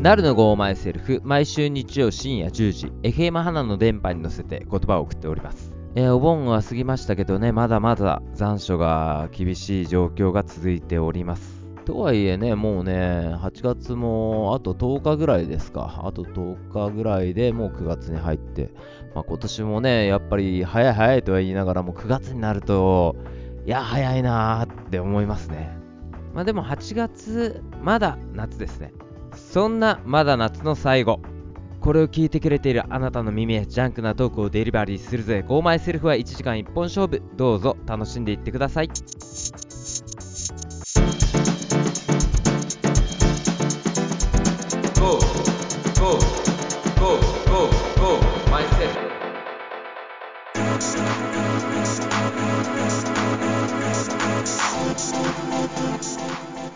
なるのゴーマイセルフ、毎週日曜深夜10時、FM 花の電波に乗せて言葉を送っております。えーお盆は過ぎましたけどね、まだまだ残暑が厳しい状況が続いております。とはいえね、もうね、8月もあと10日ぐらいですか。あと10日ぐらいでもう9月に入って、まあ、今年もね、やっぱり早い早いとは言いながらも9月になると、いや、早いなーって思いますね。まあでも8月、まだ夏ですね。そんなまだ夏の最後。これを聞いてくれているあなたの耳へジャンクなトークをデリバリーするぜ。ゴーマイセルフは1時間1本勝負。どうぞ楽しんでいってください。Go, go, go, go, go, myself.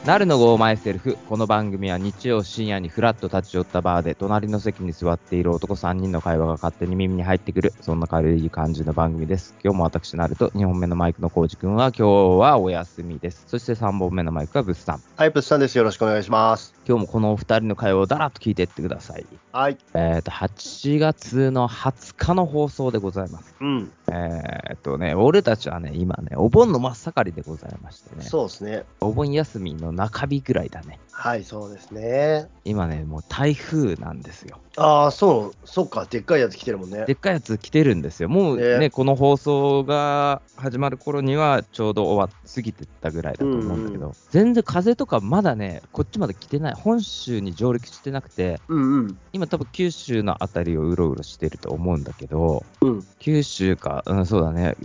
なるのゴーマイセルフ。この番組は日曜深夜にフラッと立ち寄ったバーで隣の席に座っている男3人の会話が勝手に耳に入ってくる、そんな軽い感じの番組です。今日も私なると2本目のマイクのコウジ君は今日はお休みです。そして3本目のマイクはブスさん。はい、プッさんです。よろしくお願いします。今日もこのお二人の会話をだらっと聞いていってください。はい。えっ、と、8月の20日の放送でございます。うん。えっ、とね、俺たちはね、今ね、お盆の真っ盛りでございましてね、そうですね。お盆休みの中日ぐらいだね。はい、そうですね。今ね、もう台風なんですよ。ああ、そう、そうか。でっかいやつ来てるもんねで。っかいやつ来てるんですよ。もうね、ねこの放送が始まる頃にはちょうど終わっ過ぎてったぐらいだと思うんだけど、うん全然風とかまだね、こっちまで来てない、本州に上陸してなくて、うんうん。今多分九州の辺りをうろうろしてると思うんだけど、うん。九州か、うん、そうだね、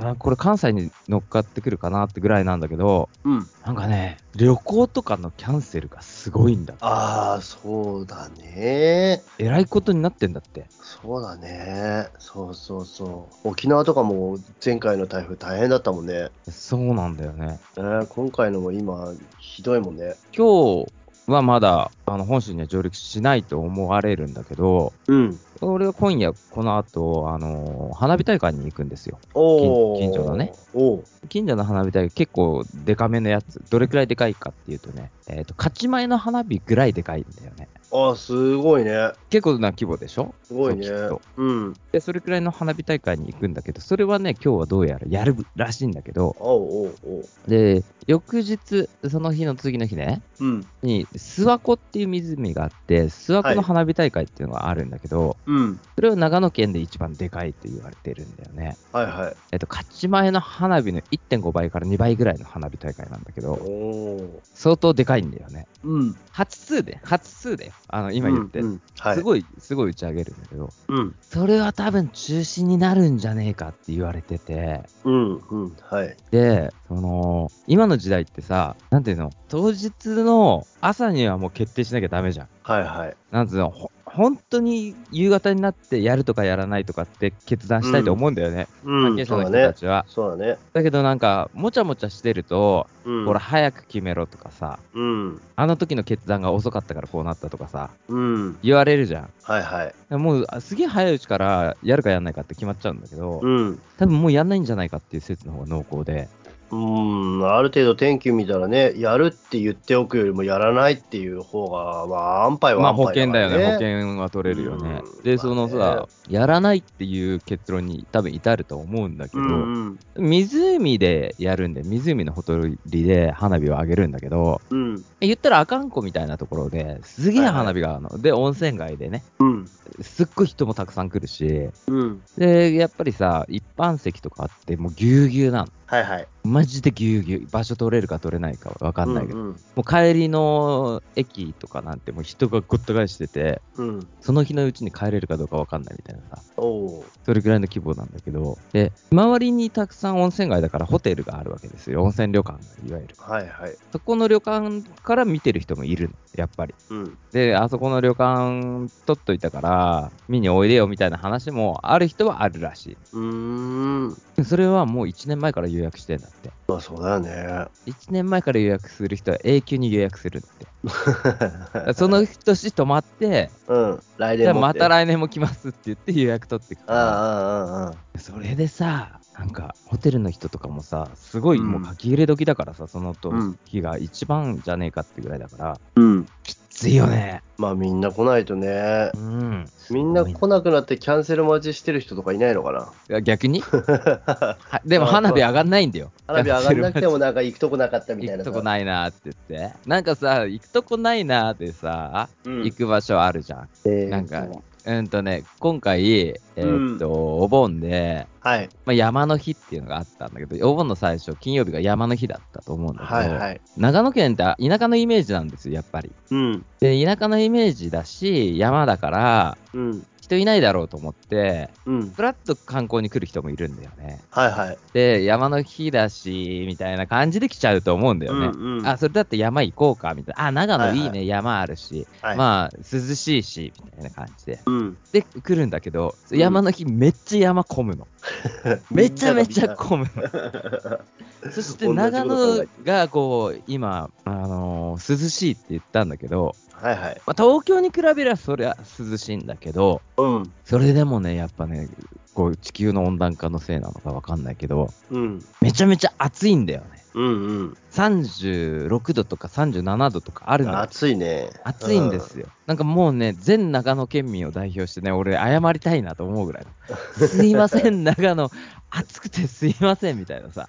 あこれ関西に乗っかってくるかなってぐらいなんだけど、うん。なんかね、旅行とかのキャンセルがすごいんだ。ああ、そうだね。えらいことになってんだって。そうだね。そうそうそう。沖縄とかも前回の台風大変だったもんね。そうなんだよね。えー今回のも今、ひどいもんね。今日はまだあの本州には上陸しないと思われるんだけど、うん。俺は今夜この後、あの花火大会に行くんですよ。おお。近近所のね。おお。近所の花火大会結構デカめのやつ。どれくらいでかいかっていうとね、えっ、と、勝ち前の花火ぐらいでかいんだよね。ああ、すごいね。結構な規模でしょすごいねそうきっと。うん。で、それくらいの花火大会に行くんだけど、それはね、今日はどうやらやるらしいんだけど、おうおうおう。で、翌日、その日の次の日ね、うん。に、諏訪湖っていう湖があって、諏訪湖はのい花火大会っていうのがあるんだけど、うん。それは長野県で一番でかいと言われてるんだよね。はいはい。えっと、勝ち前の花火の1.5倍から2倍ぐらいの花火大会なんだけおど、お。相当でかいんだよね。うん。初数で、初数で、あの、今言って、うんうんはい、すごい、すごい打ち上げるんだけど、うん、それは多分中止になるんじゃねえかって言われてて、うん、うん、はい。で、その、今の時代ってさ、なんていうの、当日の朝にはもう決定しなきゃダメじゃん。はいはい。なんつうの、ほ本当に夕方になってやるとかやらないとかって決断したいと思うんだよね、う関係者ん、そうの人だねた。ちは。そうだね。だけどなんか、もちゃもちゃしてると、うん、ほら、、早く決めろとかさ、うん、あの時の決断が遅かったからこうなったとかさ、うん、言われるじゃん。はいはい。もうあすげえ早いうちからやるかやんないかって決まっちゃうんだけど、うん、多分もうやんないんじゃないかっていう説の方が濃厚で、うん、ある程度天気見たらね、やるって言っておくよりもやらないっていう方が、まあ、安牌まはあ安保牌険だよね、保ね。険は取れるよね。うんで、まあねそのさ、やらないっていう結論に多分至ると思うんだけど、うん、湖でやるんで、湖のほとりで花火を上げるんだけど、うん、言ったら阿寒湖みたいなところですげえ花火があるの。で、温泉街でね、うん、すっごい人もたくさん来るし、うん、で、やっぱりさ、一般席とかあって、もうぎゅうぎゅうなの。はいはい。マジでぎゅうぎゅう、場所取れるか取れないかわかんないけど、うん、もう帰りの駅とかなんて、もう人がごった返してて、うん、その日のうちに帰れるかどうかわかんないみたいなさ、おうそれぐらいの規模なんだけど、で、周りにたくさん温泉街だからホテルがあるわけですよ。温泉旅館がいわゆる。はいはい。そこの旅館から見てる人もいるの、やっぱり。うん、で、あそこの旅館取っといたから、見においでよみたいな話もある人はあるらしうーん、い。それはもう1年前から予約してんだって。まあ、そうだよね。 1年前から予約する人は永久に予約するんだって。 その年泊まって、うん、来じゃあ年もまた来来年も来ますって言って予約取っていくから。ああ、ああ、ああ。それでさ、なんかホテルの人とかもさ、すごいもう書き入れ時だからさ、そのうん時が一番じゃねえかってぐらいだから、うん。きっ暑いよね。まあみんな来ないとねう。ん。みんな来なくなってキャンセル待ちしてる人とかいないのか な。いや逆 にはでも花火上がんないんだよ。花火上がんなくてもなんか行くとこなかったみた行いくなさ。とこないなーって言って。なんかさ、行くとこないなーってさ、うん行く場所あるじゃん。えーなんか、うんとね、今回、えーっと、お盆で、はいまあ、山の日っていうのがあったんだけど、お盆の最初、金曜日が山の日だったと思うんだけど、はいはい。長野県って田舎のイメージなんですよ、やっぱり。うん。で、田舎のイメージだし、山だから、うん。人いないだろうと思って、うん。ふらっと観光に来る人もいるんだよね。はいはい。で、山の日だし、みたいな感じで来ちゃうと思うんだよね。うんうんあ、それだって山行こうか、みたいな。あ、長野いいね、はいは山あるし、はい。まあ、涼しいし、みたいな感じで。うん。で、来るんだけど、うん山の日めっちゃ山混むの。めちゃめちゃ混むの。 そして長野がこう、今、あのー涼しいって言ったんだけど、はいはい。まあ、東京に比べりゃそりゃ涼しいんだけど、うん。それでもね、やっぱね、こう地球の温暖化のせいなのかわかんないけど、うん。めちゃめちゃ暑いんだよね。うん36度とか37度とかあうるん。のよ。暑いね。暑いんですよ。なんかもうね、全長野県民を代表してね、俺、謝りたいなと思うぐらい。すいま せん、長野、暑くてすいません、みたいなさ。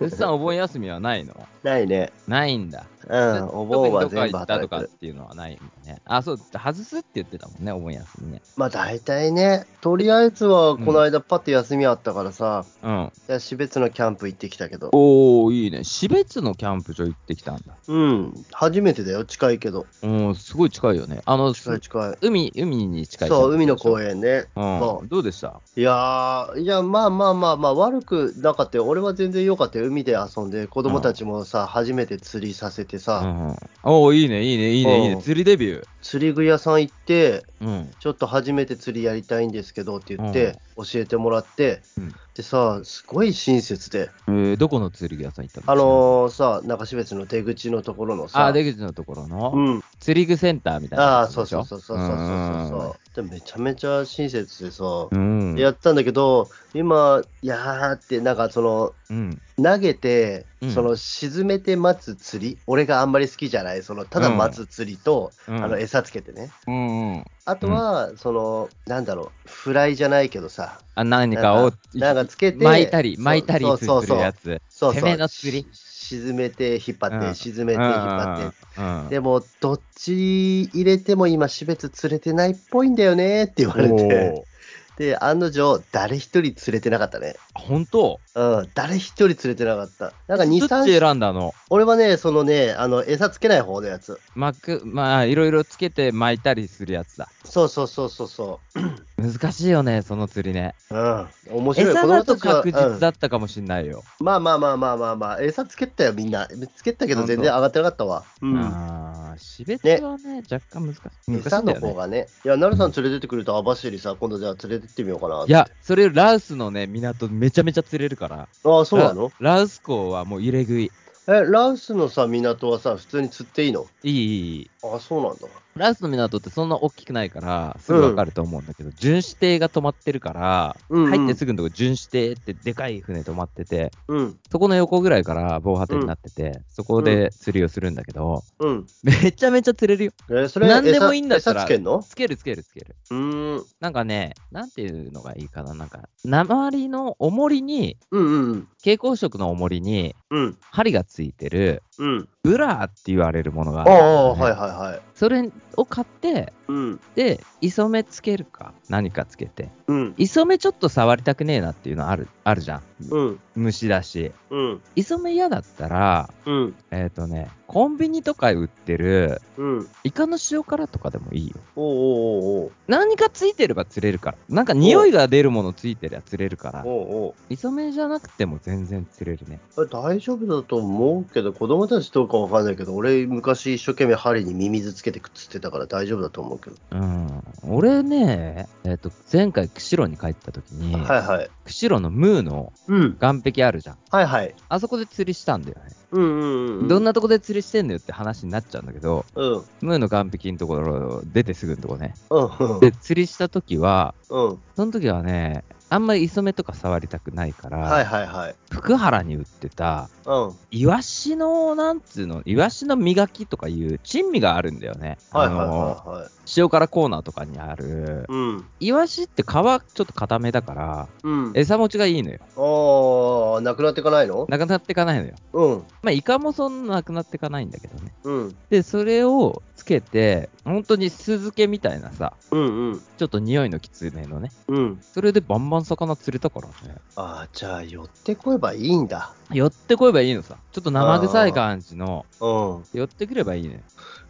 うっさん、お盆休みはないのうん。ないね。ないんだ。うん。お盆は特に全どっか部行ったと働かっく。ていうのはないんだね。あ、そう、外すって言ってたもんね、お盆休みね。まあ大体ね、とりあえずはこの間パッと休みあったからさ、うん。いや、標別のキャンプ行ってきたけど。おー、いいね。標別のキャンプ場行ってきたんだ。うん。初めてだよ。近いけど。うん、すごい近いよね。あの、近い近い。海、海に近い。そう、海の公園ね。そうん、どうでしたいやー、いや、まあまあまあまあ、悪くなかったよ。俺は全然良かったよ。海で遊んで、子供たちもさ、初めて釣りさせてうさ、んうん、おおいいねいいねいいねいいうねん釣りデビュー、釣り具屋さん行って、うん、ちょっと初めて釣りやりたいんですけどって言って、教えてもらって、うんでさ、すごい親切で、えー、どこの釣り具屋さん行ったのあのーさ、中標津の出口のところのさ、あー出口のところの、うん、釣り具センターみたいなああやー、つそうでしそょうそうそうそうそうそう。でめちゃめちゃ親切でさ、うんうんやったんだけど、今、いやーって、なんかその、うん投げて、うんその沈めて待つ釣り、俺があんまり好きじゃない、そのただ待つ釣りと、うんあの餌つけてね、うんうんあとは、その、なんだろう、フライじゃないけどさ、あ何かをなんかつけて、巻いたり巻いたりそうすそうそうるそやうつそうそう攻めの釣りし沈めて引っ張って、うん沈めて引っ張って。うんでも、どっち入れても今、標別釣れてないっぽいんだよねって言われて、おーで、案の定、誰一人釣れてなかったね。本当うん、誰一人釣れてなかった。なんか2、どっ3ち選んだの俺はね、そのね、あの、餌つけない方のやつ。巻くまあいろいろつけて巻いたりするやつだそうそうそうそうそ難しいよねその釣りねう。うん。面白い。餌子供だたとちは確実だうんったかもしれないよ、まあまあまあまあまあまあ、餌つけたよ、みんな。つけたけど全然上がってなかったわ。うん。ああ、しべてはね、若干難しい。難しい餌んだのよ方ね。がね。いや、なるさん連れてってくれた網走さ、今度じゃあ連れてってみようかな。いや、それよりラウスのね、港めちゃめちゃ釣れるから。ああ、そうなのララウス港はもう入れ食い。え、ラウスのさ、港はさ、普通に釣っていいのいいいいいい。ああ、そうなんだ。ラウスの港ってそんな大きくないから、すぐわかると思うんだけど、巡視艇が止まってるから、うんうん入ってすぐのとこ巡視艇ってでかい船止まってて、うん。そこの横ぐらいから防波堤になってて、そこで釣りをするんだけど、うん。めちゃめちゃ釣れるよ。えーそれ何でもいいんだった餌ら餌つけんのつけるつけるつける。うーん。なんかね、なんていうのがいいかな、なんか、鉛の重りに、うんうん蛍光色の重りにうん。うん。針がついてるうん。ブラーって言われるものがああるんだあ、よね、はいはいはい。それを買ってうん。で磯目つけるか何かつけてうん。磯目ちょっと触りたくねえなっていうのあるあるじゃんうん。虫だしうん。磯目嫌だったらうん。えっ、とねコンビニとか売ってるうん。イカの塩辛とかでもいいよおうおう何かついてれば釣れるからなんか匂いが出るものついてりゃ釣れるからおうおうおう磯目じゃなくても全然釣れるねおう大丈夫だと思うけど、子供たちどうかわかんないけど、俺、昔一生懸命針にミミズつけてくっつってたから大丈夫だと思うけど。うん俺ね、えっと前回釧路に帰った時に、はいはい。釧路のムーのうん。岸壁あるじゃんはいはい。あそこで釣りしたんだよね、うんうんうん。どんなとこで釣りしてんのよって話になっちゃうんだけどうん。うん。ムーの岸壁のところ出てすぐのとこねうん。で釣りした時はうん。その時はねあんまり磯目とか触りたくないから、はいはいはい。福原に売ってた、うん。イワシの、なんつうの、イワシの磨きとかいう珍味があるんだよね。はいはあいのはいはい。塩辛コーナーとかにある。うん。イワシって皮ちょっと固めだから、うん。餌持ちがいいのよ。ああ、なくなっていかないのなくなっていかないのよ。うん。まあ、イカもそんななくなっていかないんだけどね。うん。で、それをつけて、本当に酢漬けみたいなさ、うんうん。ちょっと匂いのきつめのね。うん。それでバンバン魚釣れたからね。ああ、じゃあ寄ってこえばいいんだ。寄ってこいばいいのさ。ちょっと生臭い感じの、うん。寄ってくればいいね。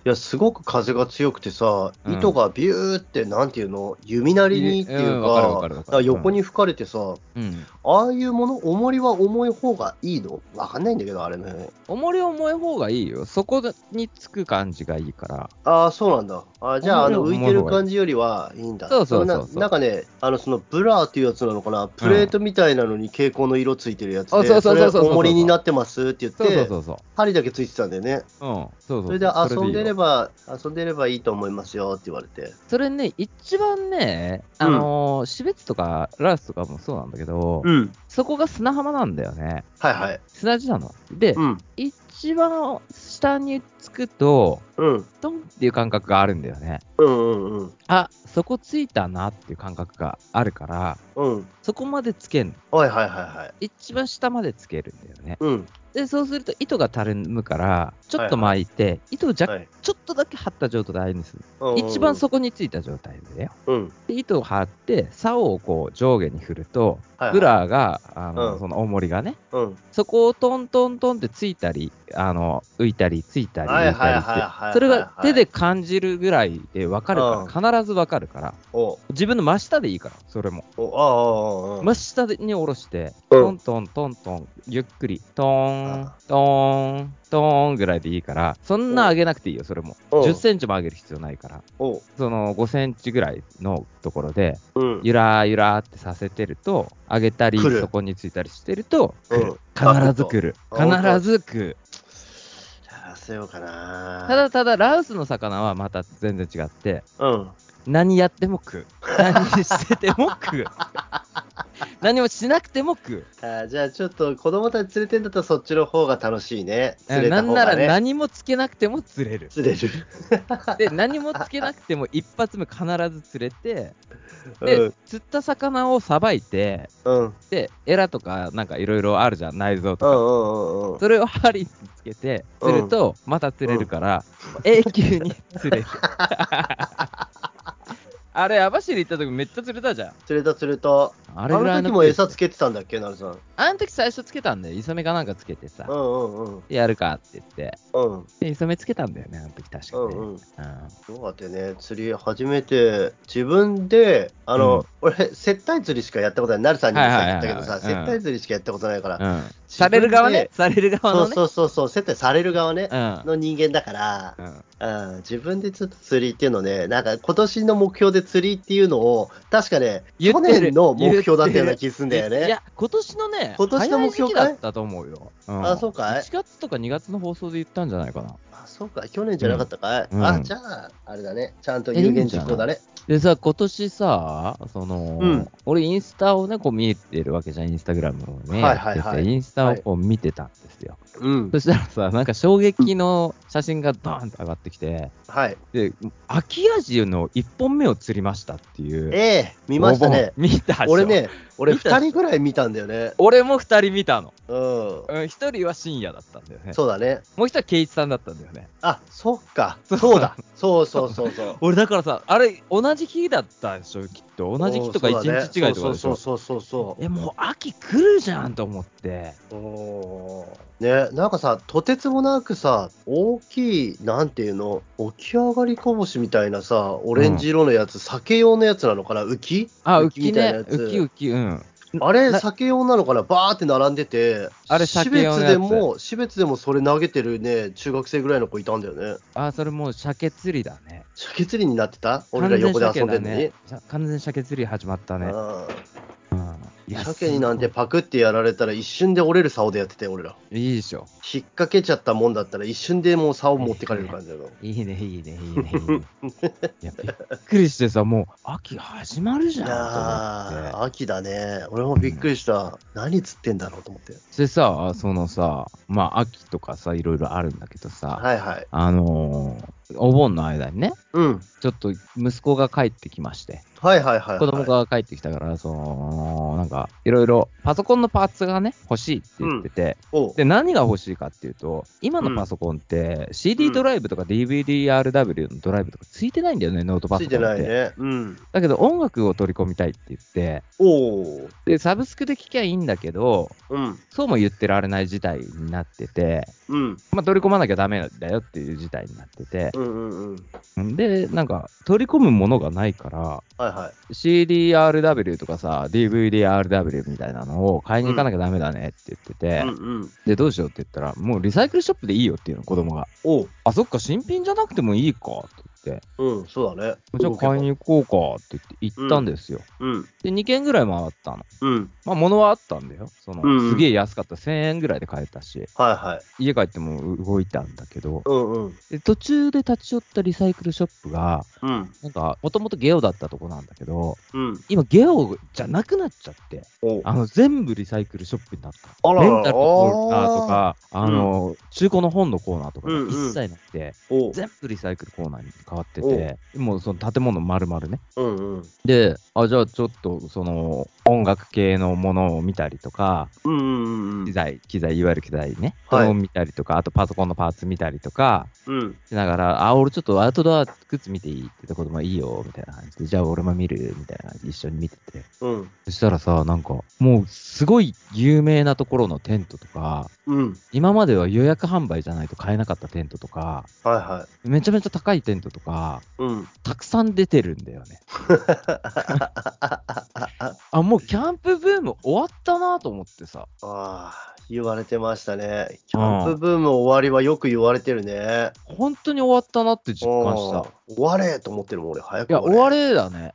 いや、すごく風が強くてさ、うん糸がビューって、なんていうの、弓なりにっていうんうわかるわか、かるだわかるから横に吹かれてさ、うん。ああいうもの、重りは重い方がいいのわかんないんだけど、あれね。重り重い方がいいよ。そこにつく感じがいいから。ああ、そうなんだ。あーじゃあ、あの重浮いい方が重ている感じよりはいいんだ。そうそうそうそうれななんかね、あの、そのブラーっていうやつなのかな、プレートみたいなのに蛍光の色ついてるやつで、あそうそうそうそうれ重りになってますって言っそて、うそうそうそう。針だけついてたんだよね。うん。そうそうそう。それで遊んでれば。ば、遊んでればいいと思いますよって言われて。それね、一番ね、あのー、標津とかラースとかもそうなんだけど、うん。そこが砂浜なんだよね。はいはい。砂地なの。で、うん。一番下につくと、うん。トンっていう感覚があるんだよね。うんうんうん。あ、そこついたなっていう感覚があるから、うん。そこまでつけんの。はいはいはいはい。一番下までつけるんだよね。うん。で、そうすると糸がたるむから、ちょっと巻いて、糸を若はいちょっとだけ張った状態にする。うんうんうん一番底についた状態でよ。うん。で糸を張って、竿をこう上下に振ると、はいはいブラーが、あの、うんその重りがね、うん。そこをトントントンってついたり、あの、浮いたり、ついたり、はい浮いはいたはいりはいって、はい。それが手で感じるぐらいで分かるから、必ず分かるから、お自分の真下でいいから、それも。おああああああ真下に下ろして、うんトントントントン、ゆっくり、トーンあ、トーン、トーンぐらいでいいから、そんな上げなくていいよ、それも。うん10センチも上げる必要ないから、おその5センチぐらいのところで、うんゆらゆらってさせてると、上げたり、来るそこについたりしてると、来るうん必ず来る。あ本当必ず来る。探せようかなただただ、ラウスの魚はまた全然違って、うん何やっても食う。何してても食 う。何もしなくても食う。あーじゃあちょっと子供たち連れてんだったらそっちの方が楽しいね釣れなたん方ながらね何もつけなくても釣れる。釣れるで、何もつけなくても一発目必ず釣れて、うでん、釣った魚をさばいて、うんで、エラとかなんかいろいろあるじゃん、内臓うとか。んうんうんうんそれを針につけて釣ると、また釣れるから、永久に釣 れる。あれ、網走行った時めっちゃ釣れたじゃん。釣れた釣れたああれぐらいのの時もペ餌ースつけてたんだっけなるさんうんあの時最初つけたんだよ。イソメかなんかつけてさ、うんうんやるかって言って。うんで、イソメつけたんだよね、あの時確かうね。んうんうんどうやってね釣り始めて自分であの、うん俺接待釣りしかやったことないなるさんにもはいはさいはい言はっいたけどさ、うん接待釣りしかやったことないから、うん、自され分でる側ね、される側そのうね。そうそうそう接待される側ね、うんの人間だから、うんうん、自分でちょっと釣りっていうのね、なんか今年の目標で釣りっていうのを、確かね、言去ってる年の目標だったような気すんだよいね。や、今年のね、今年の目標かい早い時期だったと思うよ。んあそうかい ?1 月とか2月の放送で言ったんじゃないかな。あ、そうか、去年じゃなかったかい。うんあ、じゃあ、あれだね、ちゃんと有言実行だね。でさ、今年さ、その、うん俺インスタをね、こう見てるわけじゃん、インスタグラムをね。はいはいはいやっててインスタをこう見てたんですよ。うんそ。したらさ、なんか衝撃の写真がドーンと上がってきて、はい。で、秋アジの1本目を釣りましたっていう。ええ見ましたね。お盆。見たでしょ俺。ね、俺見たで2しょ人ぐらい見たんだよね。俺も2人見たの。うん。うん、1人は深夜だったんだよね。そうだね。もう一人は圭一さんだったんだよね。あ、そっか。そうそ うだ。そうそうそうそう。俺だからさ、あれ、同じ日だったでしょ、きっと。同じ日とかお一ーそうだね日違いとかでしそうょ。そうそうそうそう。え、もう秋来るじゃんと思って。おーね、なんかさ、とてつもなくさ、大きい、なんていうの、起き上がりこぼしみたいなさ、オレンジ色のやつ、酒用のやつなのかな、浮きあ、浮きみたねいな。やつ浮き浮き、うん。あれ、な酒用なのかな、バーって並んでて、あれ私酒用別のやつでも、私別でもそれ投げてるね、中学生ぐらいの子いたんだよね。あ、それもう鮭釣りだね。鮭釣りになってた俺ら横で遊んでるのに。完全鮭だね。完全鮭釣り始まったね。あーうんいや鮭になんてパクってやられたら一瞬で折れる竿でやってて俺らいいでしょ引っ掛けちゃったもんだったら一瞬でもう竿持ってかれる感じだよいいねいいねいいねいいねいやびっくりして さもう秋始まるいじやゃんと思ってー秋だね俺もびっくりした、何釣ってんだろうと思ってでさそのさまあ秋とかさいろいろあるんだけどさ、はいはいあのーお盆の間にねうんちょっと息子が帰ってきましてはいはいはい、はい、子供が帰ってきたから、そのなんかいろいろパソコンのパーツがね欲しいって言ってて、おうで何が欲しいかっていうと今のパソコンって CD ドライブとか DVDRW のドライブとかついてないんだよねノートパつソコいンっててないねうんだけど音楽を取り込みたいって言っておおでサブスクで聴きゃいいんだけどうんそうも言ってられない事態になってて、うんまあ、取り込まなきゃダメだよっていう事態になっててうんうんうんでなんか取り込むものがないからはいはい CDRW とかさ DVDRW みたいなのを買いに行かなきゃダメだねって言ってて、うんうんでどうしようって言ったらもうリサイクルショップでいいよっていうの子供がおうあそっか新品じゃなくてもいいかって言ってうんそうだねじゃあ買いに行こうかって言って行ったんですよ、うんで2軒ぐらい回ったのうんまあ物はあったんだよその、うんうんすげえ安かった1000円ぐらいで買えたしはいはい家帰っても動いたんだけどうんうんで途中で立ち寄ったリサイクルショップがうんなんかもともとゲオだったとこなんだけどうん今ゲオじゃなくなっちゃっておうあの全部リサイクルショップになった。あららレンタルのコーナーとか、あの、中古の本のコーナーとかうんうん一切なくて、おう全部リサイクルコーナーに変わってて、もうその建物丸々ね。うんうんで、あ、じゃあちょっとその音楽系のものを見たりとか、うんうんうん機材、機材、いわゆる機材ね、はいを見たりとか、あとパソコンのパーツ見たりとか、うんしながら、あ、俺ちょっとアウトドアグッズ見ていいって言って子供いいよ、みたいな感じで、じゃあ俺も見る、みたいな感じで一緒に見てて。うんそしたらさ、なんか、もうすごい有名なところのテントとか、うん今までは予約販売じゃないと買えなかったテントとか、はいはいめちゃめちゃ高いテントとか、うんたくさん出てるんだよ ね。あ、もうキャンプブーム終わったなと思ってさ。ああ、言われてましたね。キャンプブーム終わりはよく言われてるね。本当に終わったなって実感した。いうん終われと思ってるもん、俺、早くや、終われだね。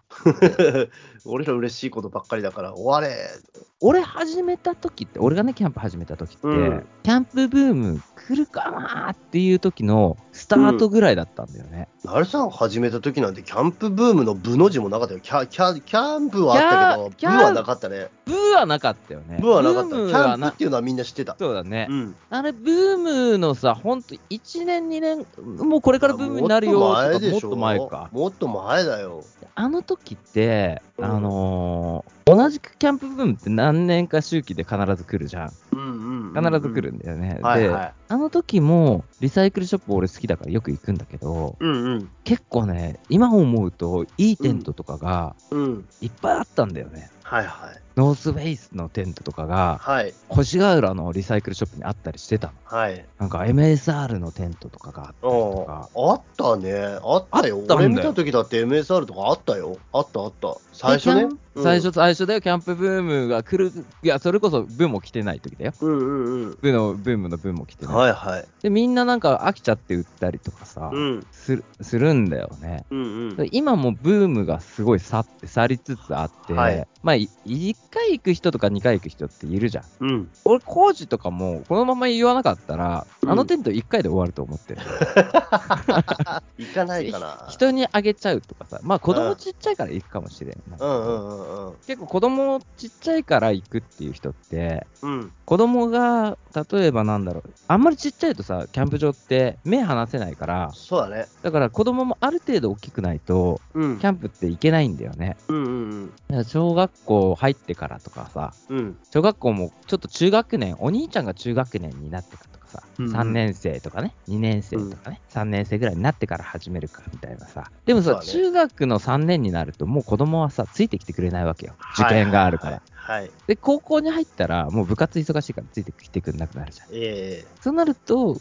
れ。 俺ら嬉しいことばっかりだから、終われ。俺始めた時って、俺がね、キャンプ始めた時って、うんキャンプブーム来るかなーっていう時のスタートぐらいだったんだよね。なるさん始めた時なんて、キャンプブームの部の字もなかったよ。キャキャキャンプはあったキけャど、キャ部はなかったね。ブーはなかったよね。部はなかっブた。キームャはンプなっていうのはみんな知ってた。そうだねう。ん。あれ、ブームのさ、ほんと1年、2年、もうこれからブームになるよともっか、もと前っでしょと前か。もっと前だよ。あの時って、うんあのー同じくキャンプブームって何年か周期で必ず来るじゃん。うんうんうんうん必ず来る。んだよね。で、はいはい。あの時も、リサイクルショップ俺好きだからよく行くんだけど、うんうん。結構ね、今思うと、いいテントとかがうん。いっぱいあったんだよね。はいはい。ノースフェイスのテントとかが、はい。越谷浦のリサイクルショップにあったりしてたの。はい。なんか MSR のテントとかがあったりとあか。あったね。あったよあ。ったんだよ俺見た時だって MSR とかあったよ。あったあった。最初でねキャン。うん最初、最初だよ、キャンプブームが来る、いや、それこそブームも来てない時だよ。うんうんうん。ブのブームのブームも来てない。はいはい。で、みんななんか飽きちゃって売ったりとかさ、うんするするんだよね。うんうん。今もブームがすごい去って、去りつつあって、はいまあ、い一回行く人とか二回行く人っているじゃん。うん。俺、工事とかも、このまま言わなかったら、うんあのテント一回で終わると思ってる。行かないかな。人にあげちゃうとかさ、まあ、子供ちっちゃいから行くかもしれんない。うんうんうんうん。結構子供ちっちゃいから行くっていう人って、うん。子供が、例えばなんだろう、あんまりちっちゃいとさ、キャンプ場って目離せないから、そうだね。だから子供もある程度大きくないと、うんキ。ャンプって行けないんだよね。うんうんだから小学校入ってからとかさ、うん。うん。小学校もちょっと中学年、お兄ちゃんが中学年になってからとかさ、うんうん3年生とかね、2年生とかね、3年生ぐらいになってから始めるかみたいなさ、でもそうさ、だね中学の3年になると、もう子供はさ、ついてきてくれないわけよ、受験があるから。はいはいはい。で、高校に入ったら、もう部活忙しいからついてきてくれなくなるじゃん。えそうなると、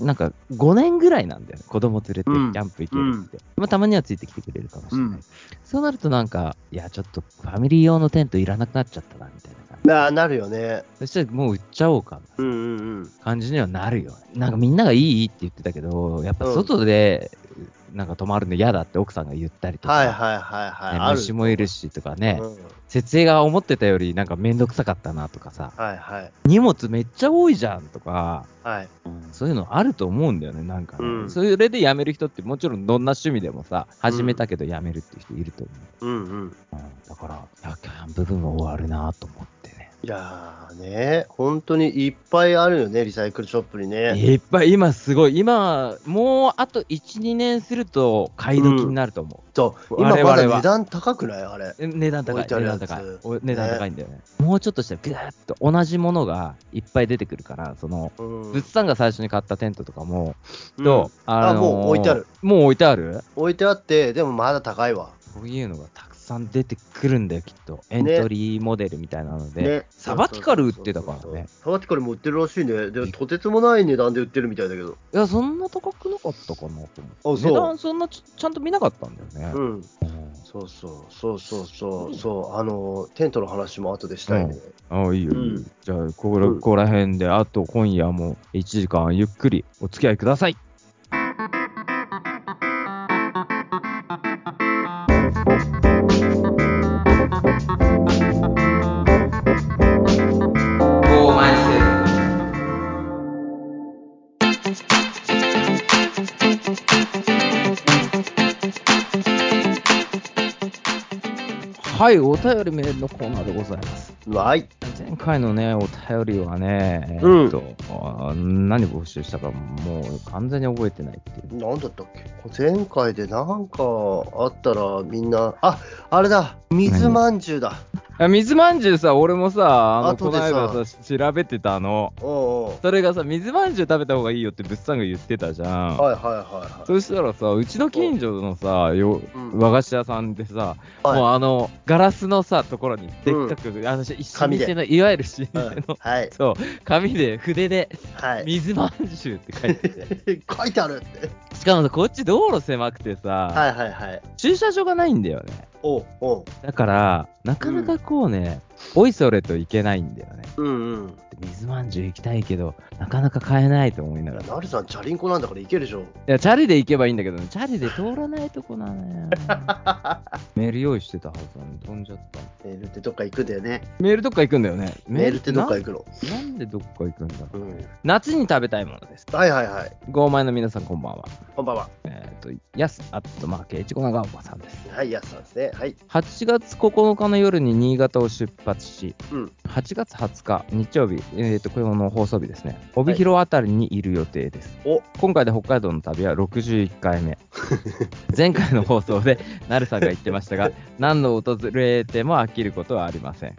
うなんか5年ぐらいなんだよね、子供連れてキうんャンプ行けるって。まあ、たまにはついてきてくれるかもしれない。うんそうなると、なんか、いや、ちょっとファミリー用のテントいらなくなっちゃったなみたいな感え。じ。な、なるよね。そしたらもう売っちゃおうかうなんうん感じにはなるよね。なんかみんながいいいいって言ってたけど、やっぱ外でなんか泊まるの嫌だって奥さんが言ったりとか、はいはいはいはい。ねある虫もいるしとかね、うん設営が思ってたよりなんかめんどくさかったなとかさ、はいはい。荷物めっちゃ多いじゃんとか、はい。そういうのあると思うんだよね、なんかね、うんそれで辞める人ってもちろんどんな趣味でもさ、始めたけど辞めるっていう人いると思うんうん。う。うんだから、いやキャンプ部分は終わるなと思ってね。いやーね、本当にいっぱいあるよね、リサイクルショップにね。いっぱい今すごい、今、もうあと1、2年すると買い時になると思う。そう、我今々まはだ値段高くないあれ。え値段高置いい、てあ値るや段つ高いね、お値段高いんだよね。もうちょっとしたら、ぐーっと同じものがいっぱい出てくるから、その、うん物産が最初に買ったテントとかも、うんと、あのーあもう置いてある。もう置いてある置いてあって、でもまだ高いわ。こういうのがたくさん出てくるんだよ、きっと。エントリーモデルみたいなので。ね、サバティカル売ってたからね。サバティカルも売ってるらしいね。でもとてつもない値段で売ってるみたいだけど。いや、そんな高くなかったかなと思あって。そう値段そんなちちゃんと見なかったんだようね。ん。うんそうそうそうそうそうそう。あのテントの話も後でしたいね。ああ、いいよ、いいようんじゃあ、ここら、うこんこら辺で、あと今夜も1時間ゆっくりお付き合いください。はい、お便りメールのコーナーでございます。はい。前回のね、お便りはね、えうーんっと、あー何募集したか、もう完全に覚えてないっていう。なんだったっけ前回でなんかあったらみんな、ああれだ、水まんじゅうだ。あ水まんじゅうさ、俺もさ、あの、この後でさ間さ、調べてたの。おうおそれがさ、水まんじゅう食べた方がいいよって物産が言ってたじゃん。うはいはいはいはい。そしたらさ、うちの近所のさ、ようん和菓子屋さんでさ、はいもうあの、ガラスのさ、ところに、でっかく、あの、一紙で店の、いわゆる老舗うんの、はい そう、紙で、筆で、はい。水まんじゅうって書いてて。 書いてあるって。しかもさ、こっち道路狭くてさ、はいはいはい。駐車場がないんだよね。おうおう。だから、なかなかこうね、おいそれといけないんだよね。うんうん。水まんじゅう行きたいけど、なかなか買えないと思いながら。いなるさん、チャリンコなんだからいけるでしょ。や、チャリで行けばいいんだけどね、チャリで通らないとこなの よ。メール用意してたはずなのに飛んじゃった。メールってどっか行くんだよね。メールどっか行くんだよね。メールってどっか行行くの。くなんでどっか行くんだろう。うん。夏に食べたいものです。はいはいはい。ゴーマイの皆さん、こんばんは。こんばんは。えっ、と、ヤスアットマーク、エチコナガオバさんです。はい、やすさんですね。はい。 8月9日の夜に新潟を出発し、うん。 8月20日日曜日、えー、とこれの放送日ですね、帯広あたりにいる予定です。お今回で北海道の旅は61回目。 前回の放送で、なるさんが言ってましたが、何度訪れても飽きることはありません。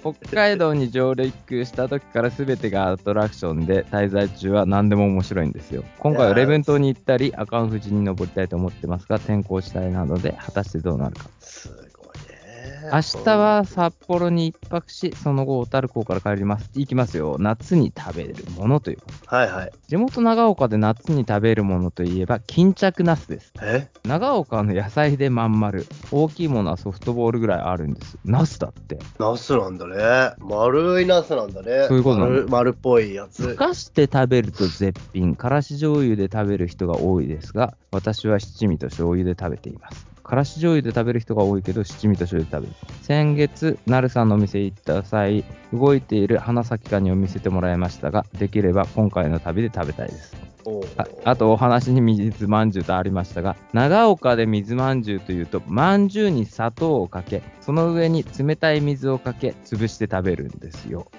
北海道に上陸した時から全てがアトラクションで、滞在中は何でも面白いんですよ。今回は礼文島に行ったり、阿寒富士に登りたいと思ってますが、天候次第なので、果たしてどうなるか。すごいね。明日は札幌に一泊し、その後、小樽港から帰ります。行きますよ。夏に食べれるものということ。うん。はいはい。地元長岡で夏に食べるものといえば、巾着ナスです。え長岡の野菜でまん丸。大きいものはソフトボールぐらいあるんです。ナスだって。ナスなんだね。丸いナスなんだね。そういうことなの丸丸っぽいやふつ。かして食べると絶品。からし醤油で食べる人が多いですが、私は七味と醤油で食べています。からし醤油で食べる人が多いけど、七味と醤油で食べる。先月、なるさんのお店へ行った際、動いている花咲ガニを見せてもらいましたが、できれば今回の旅で食べたいです。おうああとお話に水まんじゅうとありましたが長岡で水まんじゅうというとまんじゅうに砂糖をかけその上に冷たい水をかけ潰して食べるんですよ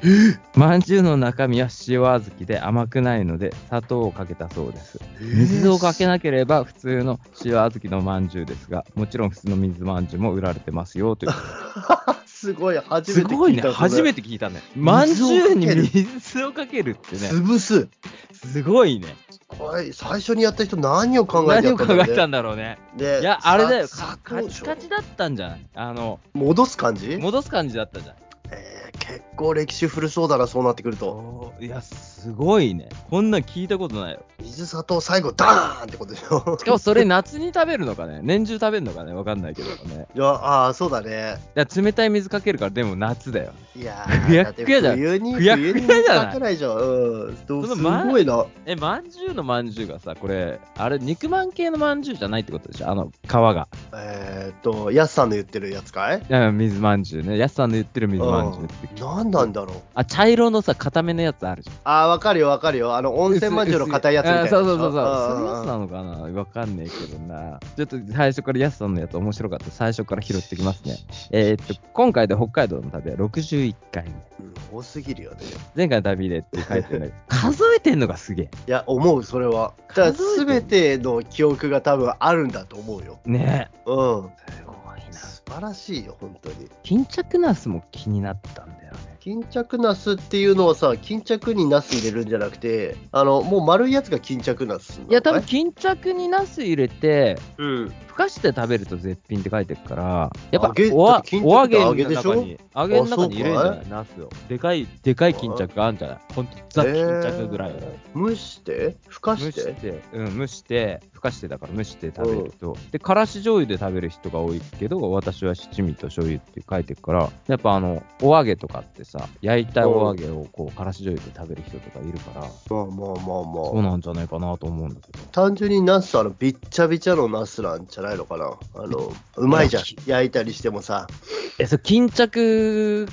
まんじゅうの中身は塩小豆で甘くないので砂糖をかけたそうです水をかけなければ普通の塩小豆のまんじゅうですがもちろん普通の水まんじゅうも売られてますよという すごい、初すめてご聞いいねた。初めて。て聞いたねまんじ水をかけゅるうに水をかけるってね潰す。すごいねこれ、最初にやった人何を考え何てやをっ考たんだえろたうんだろうねね。でいや、あれだよ、さかカチカチだったんじゃないあの、戻す感じ戻す感じだったじゃん。えー結構歴史古そうだな、そうなってくると。いや、すごいね。こんなん聞いたことないよ。水砂糖最後、ダーンってことでしょ。しかもそれ夏に食べるのかね年中食べるのかねわかんないけどね。 いや、ああ、そうだね。だから冷たい水かけるから、でも夏だよ。いやふやっー、だってくやじゃん冬に、ふやっく冬やにじゃないかけないじゃん。うん。でもそのす前ごいな。え、まんじゅうのまんじゅうがさ、これ、あれ、肉まん系のまんじゅうじゃないってことでしょあの、皮が。えーっと、ヤスさんの言ってるやつかいうん水まんじゅうね。やすさんの言ってる水まんじゅうって。何なんだろう。あ、茶色のさ、固めのやつあるじゃん。ああ、わかるよ、わかるよ。あの、温泉まんじゅうの硬いやつみたいなあやつでそしうょ。そうそうそう。んそれやつなのかなわかんねえけどな。ちょっと最初からやすさんのやつ面白かった。最初から拾ってきますね。えーっと、今回で北海道の旅は61回目。うん多すぎるよね。前回の旅でって書いてない。数えてんのがすげえ。いや、思う、それは。だから、数すえてべての記憶が多分あるんだと思うよ。ねうん。え。すごいな。素晴らしいよ、本当に。巾着ナスも気になったんだよね。巾着ナスっていうのはさ、巾着にナス入れるんじゃなくて、あの、もう丸いやつが巾着ナスなのかいや、多分、巾着にナス入れて、うん。ふかして食べると絶品って書いてるから、やっぱ揚げおわだって巾着ってお揚げの揚げでしょ中に、揚げの中に入あれるんじゃそうないナスを。でかい、でかい巾着があるんじゃないほんと、ザ巾着ぐらいの。えー蒸してふか蒸ししてて、うん、蒸して、ふかしてだから蒸して食べる人、で、からし醤油で食べる人が多いけど、私は七味と醤油って書いてるから、やっぱあの、お揚げとかってさ、焼いたお揚げをこう、からし醤油で食べる人とかいるから、まあまあまあまあ。そうなんじゃないかなと思うんだけど。単純にナスあのびっちゃびちゃのナスなんじゃないのかなあのうまいじゃん焼いたりしてもさえ、それ巾着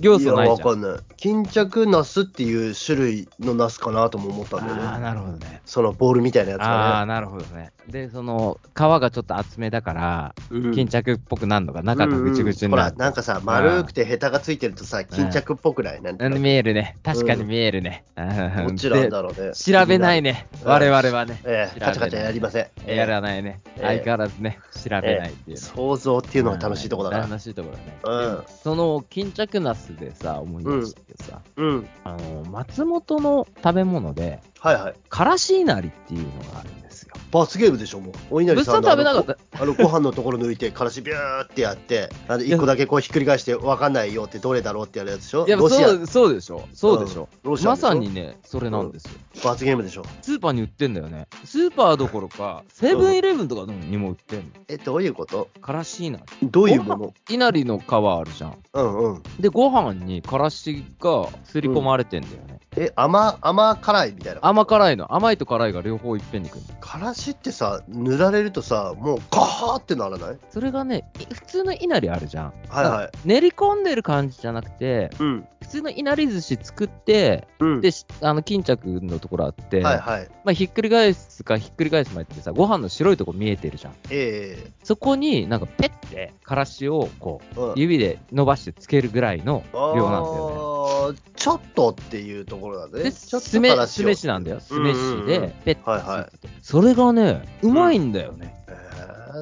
要素ないやいわじゃん。かんない巾着ナスっていう種類のナスかなとも思ったんだああよー、ねなるほどね。そのボールみたいなやつああー、がねなるほどね。で、その、皮がちょっと厚めだから、うん巾着っぽくなるのが、中がぐちゅぐちゅにうんなうんる。ほらなんかさ丸くてヘタがついてるとさ巾着っぽくないなんかうん見えるね。確かに見えるね。どもちらだろうね調べないね。うん我々はね。え調べえないカチャカチャやりませんええやらないね。ええ相変わらずね、調べないっていうね。想像っていうのが楽しいとこだうんな楽しいとこだね。うんその、巾着ナスでさ、思い出してさ、うんあの、松本の食べ物で、はいはいからし稲荷っていうのがあるんですよ。罰ゲームでしょもうお稲物荷さ産んのあ食べのなかった。あのご飯のところ抜いて、からしビューってやって、あの一個だけこうひっくり返して、分かんないよってどれだろうってやるやつでしょいや、ロシア、そうそうでしょ。そうでしょ。ロシアまでしょさにね、それなんですよ。罰ゲームでしょ。スーパーに売ってんだよね。スーパーどころか、セブンイレブンとかにも売ってんの。え、どういうことからし稲荷。どういうもの稲荷の皮あるじゃん。うんうん。で、ご飯にからしがすり込まれてんだよね。え、甘、甘辛いみたいな。甘辛いの。甘いと辛いが両方いっぺんにくるの。からしってさ、塗られるとさ、もうガーってならないそれがね、い普通の稲荷あるじゃん。はいはい。練り込んでる感じじゃなくて、うん。普通の稲荷寿司作って、うんで、しあの、巾着のところあって、はいはい。まあ、ひっくり返すかひっくり返す前ってさ、ご飯の白いとこ見えてるじゃん。えそこになんかペッて、からしをこえうんう、指で伸ばしてつけるぐらいの量なんだよね。あーちょっとっていうところだで、ね。ちょっ酢と飯からし酢を飯なんだよ。酢飯うんうんうんで、ペッてついてて、はいはそれがね、うまいんだよね。えー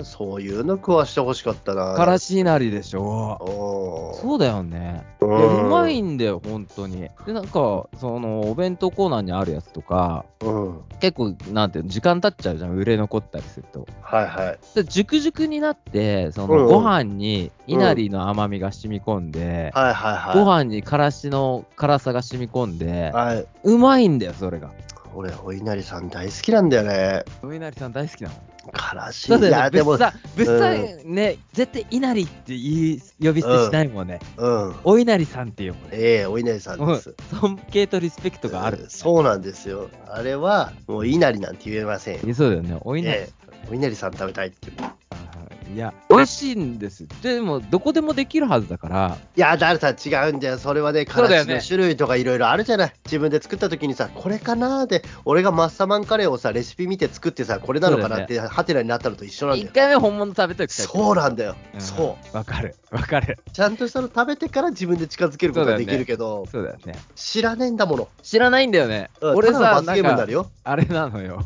そういうの食わしてほしかったな。からしなりでしょ。おー。そうだよね。ういやうまいんんだよ、本当に。で、なんか、その、お弁当コーナーにあるやつとか、うん。結構、なんていうの、時間経っちゃうじゃん、売れ残ったりすると。はいはい。で、熟々になって、そうんうの、んご飯に、稲荷の甘みが染み込んで、はいはいはい。ご飯にからしの辛さが染み込んで、はい。うまいんだよ、それが。俺、お稲荷さん大好きなんだよね。お稲荷さん大好きなのからし。いそうだよや、ね。で物も、産、物産ね、絶対稲荷って言い、呼び捨てしないもんね。うん。お稲荷さんっていうもんね。ええお稲荷さんうでんす。尊敬とリスペクトがある。そうなんですよ。あれは、もう稲荷なんて言えませんよ。そうだよね。お稲荷ええお稲荷さん食べたいっていう。いや、美味しいんです。でも、どこでもできるはずだから、いや、だるさん違うんだよ。それはね、そうかだよらねしの種類とかいろいろあるじゃない。自分で作った時にさ、これかなーで、俺がマッサマンカレーをさ、レシピ見て作ってさ、これなのかなって、ハテナになったのと一緒なんだ一よ。回目本物食べたくて。そうなんだよ。うん。そうわかる。わかる。う。ちゃんとしたの食べてから自分で近づけることそうがだよでねきるけど、そうだよね。知らねえんだもの。知らないんだよね。うん俺ただのさ、罰なゲんームになかる、よ。あれなのよ。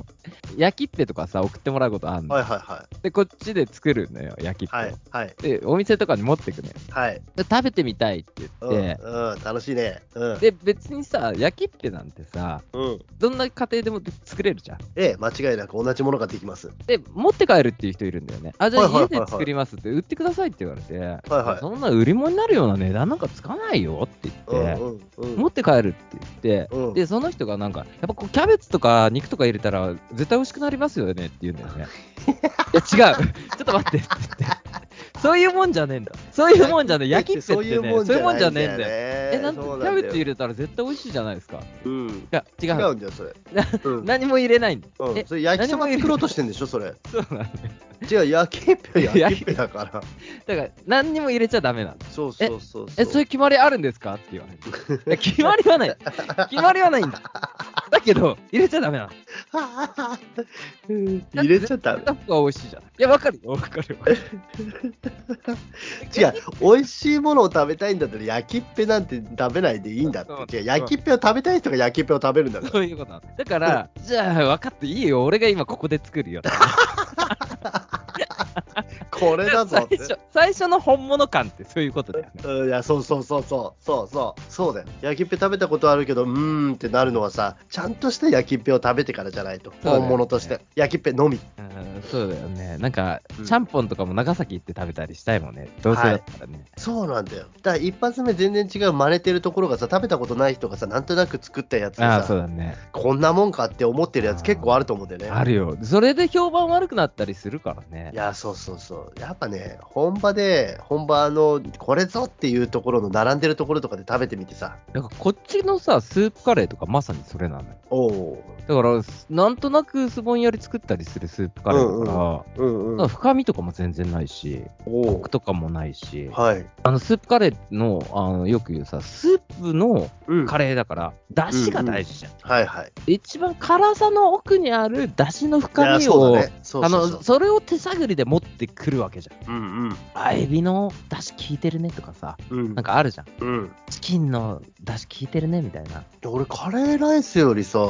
焼きっぺとかさ、送ってもらうことあるの。はいはいはで、こっちで作るのよ、焼きっぺ。い。はいはいで、お店とかに持ってくのよ。はい。で食べてみたいって言うんって、うん楽しいね。うん。で、別にさ、焼きっぺなんてさ、うん。どんな家庭でも作れるじゃん。ええ、間違いなく同じものができます。で、持って帰るっていう人いるんだよね。あ、じゃあはいはいは家いはいで作りますって、売ってくださいって言われて、はいはいそんな売り物になるような値段なんかつかないよってう言んって、うんうん。持って帰るって言って、うんで、その人がなんか、やっぱこうキャベツとか肉とか入れたら絶対美味しくなりますよねって言うんだよ ね。いや、違う。ちょっと待ってって言って。そういうもんじゃねえんだ。そういうもんじゃねえ。焼きってってね、そういうもんじゃねえんだよ。ええ、なんてキャベツ入れたら絶対美味しいじゃないですか。いうん。や、違違う。うんだよ、それ。う ん何も入れないんだ。うんえ、それ焼きそ何もば入れ作ろうとしてんでしょ、それ。そうなんだよ。違う、焼きっぺは焼きっぺだから。だから、何にも入れちゃダメなんだ。そうそうそう。え、そういう決まりあるんですかって言われ て。いや決まりはない。決まりはないんだ。だけど、入れちゃダメなの。うん 入れちゃったス。タッフが美味しいじゃない。いや、わかるよ。わかるわかる。違う、美味しいものを食べたいんだったら、焼きっぺなんて食べないでいいんだって。違う、焼きっぺを食べたい人が焼きっぺを食べるんだか ら。そういうことなの。だ から、じゃあ、分かっていいよ。俺が今ここで作るよ。これだぞ最って。初、最初の本物感ってそういうことだよね。うん、いやそうそうそうそうそうそうそうだよ焼きっぺ食べたことあるけどうーんってなるのはさちゃんとした焼きっぺを食べてからじゃないと、だよね本物として焼きっぺのみうん、そうだよね。なんかう、んちゃんぽんとかも長崎行って食べたりしたいもんね。どうせだったらね。そうなんだよだから一発目全然違う真似てるところがさ食べたことない人がさなんとなく作ったやつああがー、そうさだね。こんなもんかって思ってるやつ結構あると思うんだよねあるよ。それで評判悪くなったりするからねい。やそうそうそうやっぱね本場で本場のこれぞっていうところの並んでるところとかで食べてみてさだからこっちのさ、スープカレーとかまさにそれなのよ。おおだから、なんとなく薄ぼんやり作ったりするスープカレーだから、うだんから深みとかも全然ないし、コおークとかもないし、はい、あのスープカレーのあのよく言うさ、スープのうんカはいレーだから、だしが大事じゃん。はい一番辛さの奥にあるだしの深いみやそうを、だねそうあそうのそうそれを手探りで持ってくるわけじゃん。うんうんあ、エビのだし効いてるねとかさ、うんなんかあるじゃん。うん、チキンのだし効いてるねみたいな。俺、カレーライスよりさ、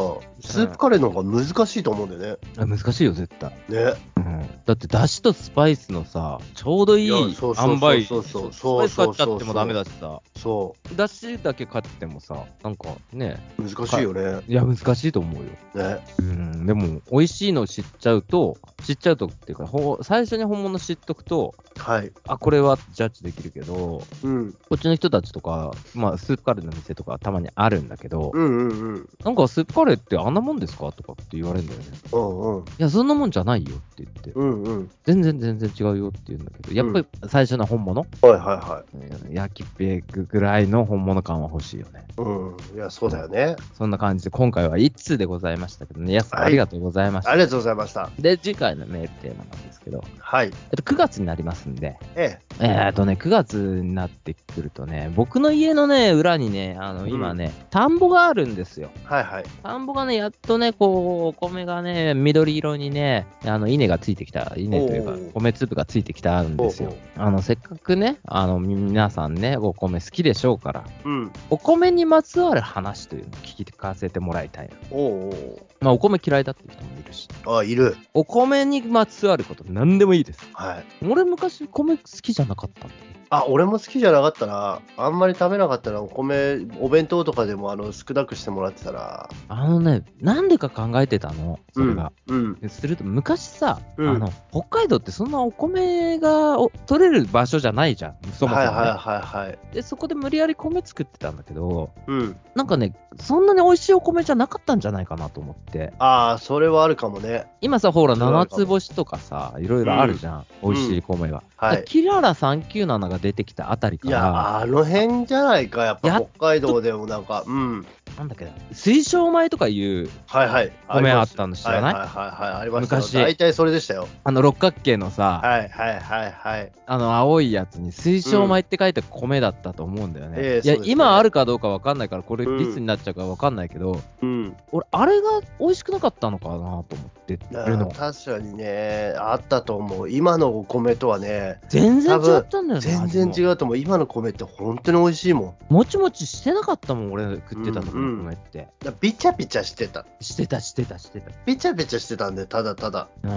スープカレーの方が難しいと思うんだよあ難しいよ、絶対。ね。ね。だって、だしとスパイスのさ、ちょうどいいい塩やそうそうそう梅そうそうスパイス買っちゃってもダメだしさ、そだしだけ買ってもさ、なんかね、う。難しいよね。いや、難しいと思うよ。ね。うん、でも、美味しいの知っちゃうと、知っちゃうとっていうか、ほ最初に本物知っとくと、はい。あ、これはジャッジできるけど、うん。こっちの人たちとか、まあ、スープカレーの店とかたまにあるんだけど、うんうんうん。なんかスープカレーってあんなもんですかとかって言われるんだよね。うんうん。いや、そんなもんじゃないよって言って、うんうん。全然全然違うよって言うんだけど、やっぱり最初の本物、はいはいは焼きペグぐらいの本物感は欲しいよね。い。うん。いや、そうだよね。そんな感じで今回は1通でございましたけどね、やすさんはあいりがとうございました。ありがとうございました。で、次回のメールテーマなんですけど、はえい。っと、9月になりますんで、ええ。えーっとね、9月になってくるとね、僕の家のね、裏にね、あの、今ね、田んぼがあるんですよ。はいはい。田んぼがね、やっとね、こう、お米がね、緑色にね、あの、稲がついてきた、稲というかおー、米粒がついてきたんですほようほ。あの、せっかくね、あの、み皆さんね、お米好きでしょうから、うん。お米にまつわる話というのを聞かせてもらいたいな。おうまあ、お米嫌いだっていう人もいるし、おう。あ、いる。お米にまつわること、何でもいいです。はい。俺、昔、米好きじゃなかったんだよ。あ、俺も好きじゃなかったな。あんまり食べなかったら、お米、お弁当とかでも、あの、少なくしてもらってたら。あのね、なんでか考えてたの、それが。うん。ですると昔さ、うんあの北海道ってそんなお米がお取れる場所じゃないじゃん、そもそも、はねいはいはいはい。で。そこで無理やり米作ってたんだけど、うん。なんかね、そんなに美味しいお米じゃなかったんじゃないかなと思って、ああ、それはあるかもね。今さ、ほら、そうなの七かもつ星とかさ、いろいろあるじゃん、ん美味しい米が。だはからい。キララ397が出てきたあたりかいら、や、あの辺じゃないか、やっやぱっと北海道でもなんか、うん。なんだっけな、水晶米とかいうはいはい。米あまっすたの知らない、はいはいはいはい、ありました。昔大体それでしたよ。あの六角形のさ、はいはいはいはい。あの青いやつに水晶米って書いた米だったと思うんだよね。うんえいえや、そうですね今あるかどうかわかんないから、これうんいつになっちゃうかわかんないけど、うん。俺、あれが美味しくなかったのかなと思ってるの。確かにね、あったと思う。今のお米とはね、全然違ったんだよね。全然違うと思う。今の米って本当に美味しいもん。もちもちしてなかったもん、俺食ってた時うんうんの米って。だビチャビチャしてた。してた、してた、してた。ビチャビチャしてたんで、ただただ。うん。だ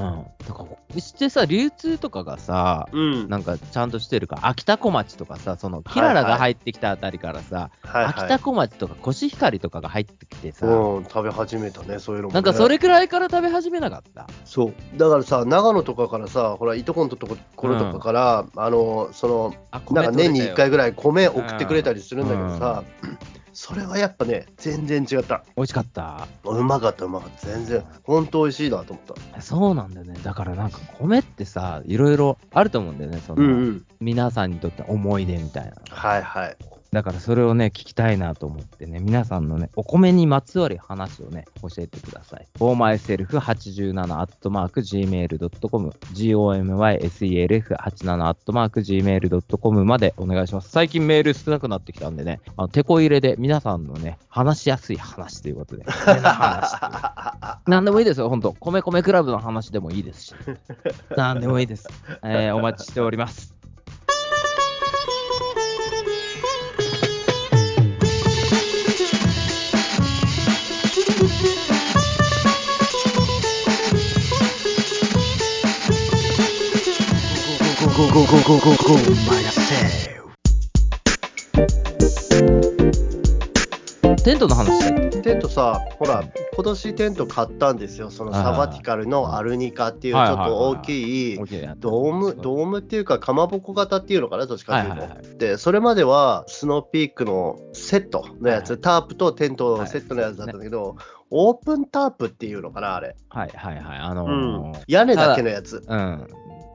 から、してさ、流通とかがさ、うん。なんかちゃんとしてるから、秋田小町とかさ、そのキララが入ってきたあたりからさ、はい秋は田い。小町とかコシヒカリとかが入ってきてさ、うん、食べ始めたね、そういうのも、ね。なんかそれくらいから食べ始めなかった。そうだからさ長野とかからさほらいとこのとこころとかから、あのそのあ、なんか年に1回美ぐらい米送ってくれたりするんだけどさ、それはやっぱね全然違った味しかった。うまかったうまかった全然ほんと美味しいなと思ったそうなんだよね。だからなんか米ってさ、いろいろあると思うんだよね。その、ん皆さんにとって思い出みたいな。はいはいだからそれをね、聞きたいなと思ってね、皆さんのね、お米にまつわる話をね、教えてください。formyself87-gmail.com、gomyself87-gmail.com までお願いします。最近メール少なくなってきたんでね、あの手こ入れで皆さんのね、話しやすい話ということで、 米の話という何でもいいですよ、本当米米クラブの話でもいい ですし、何でもいいです。えーお待ちしております。ゴーゴーゴーゴーゴーゴーゴーマイナスセーフテントの話だっけテントさほら今年テント買ったんですよそのサバティカルのアルニカっていうちょはいはいはっいと大きいドームドームっていうかかまぼこ型っていうのかなどっちかっていうと、はいはいはでそれまではスノーピークのセットのやつ、はいタープとテントのセットのやつだったんだけど、オープンタープっていうのかなあれ、はいはいはい、あのうんー、屋根だけのやつうん、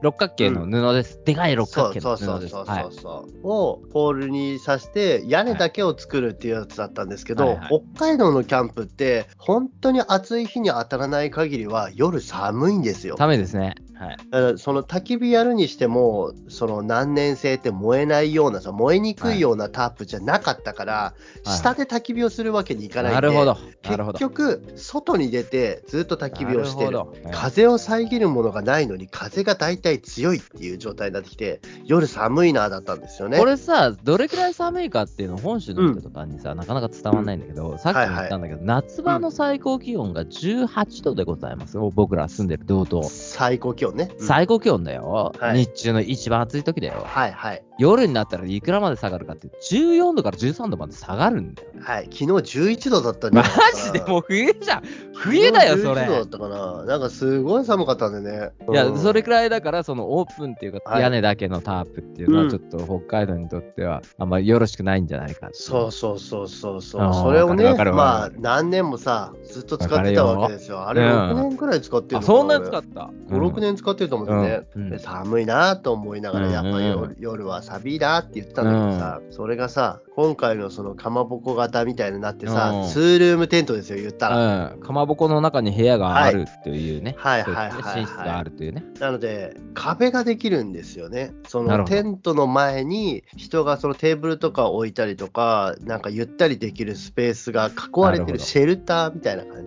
六角形の布です。でかい六そ角う形そのうそ布うです。そうはいそうそうをポールに刺して屋根だけを作るっていうやつだったんですけど、はいはい北海道のキャンプって本当に暑い日に当たらない限りは夜寒いんですよダメですね。はい。だからその焚き火やるにしてもその難燃性って燃えないようなさ燃えにくいようなタープじゃなかったから、はい下で焚き火をするわけにいかないんなで、るほど。なるほど。結局外に出てずっと焚き火をしてなるるほどはい風を遮るものがないのに風が大体強いっていう状態になってきて夜寒いなだったんですよねこれさ、どれくらい寒いかっていうの、本州の人とかにさ、なかなか伝わらないんだけど、さっきも言ったんだけど、夏場の最高気温が18度でございますよ、僕ら住んでる道東。最高気温ね、うん最高気温だよ、はい日中の一番暑い時だよ。はいはい夜になったらいくらまで下がるかって、14度から13度まで下がるんだよ。はい昨日11度だったんじゃマないかなジでもう冬じゃん冬だよ、それ。昨日11度だったかななんかすごい寒かったんでねいや、それれくらいだから、そのオープンっていうか、はい屋根だけのタープっていうのは、うんちょっと北海道にとっては、あんまりよろしくないんじゃないかっていそうそうそうそうそあう。ーそれをねわか、るわまかある何年もさ、ずっと使ってたわけですよ。あれうん6年くらい使ってるあ、のそんなに使っった5、6年使ってると思うんだよね。うんで寒いなと思いながら、うんやっぱう夜ん夜は寒いなって言ってたんだけどさ、それがさ、今回のそのかまぼこ型みたいになってうさん、ツールームテントですよ、言ったら。うん、かまぼこの中に部屋があるというね、はいそうはいですねはい寝室があはるというね、い。なので、壁ができるんですよね。そなるのほどテントの前に、人がそのテーブルとかを置いたりとか、なんかゆったりできるスペースが囲われてなるほるどシェルターみたいな感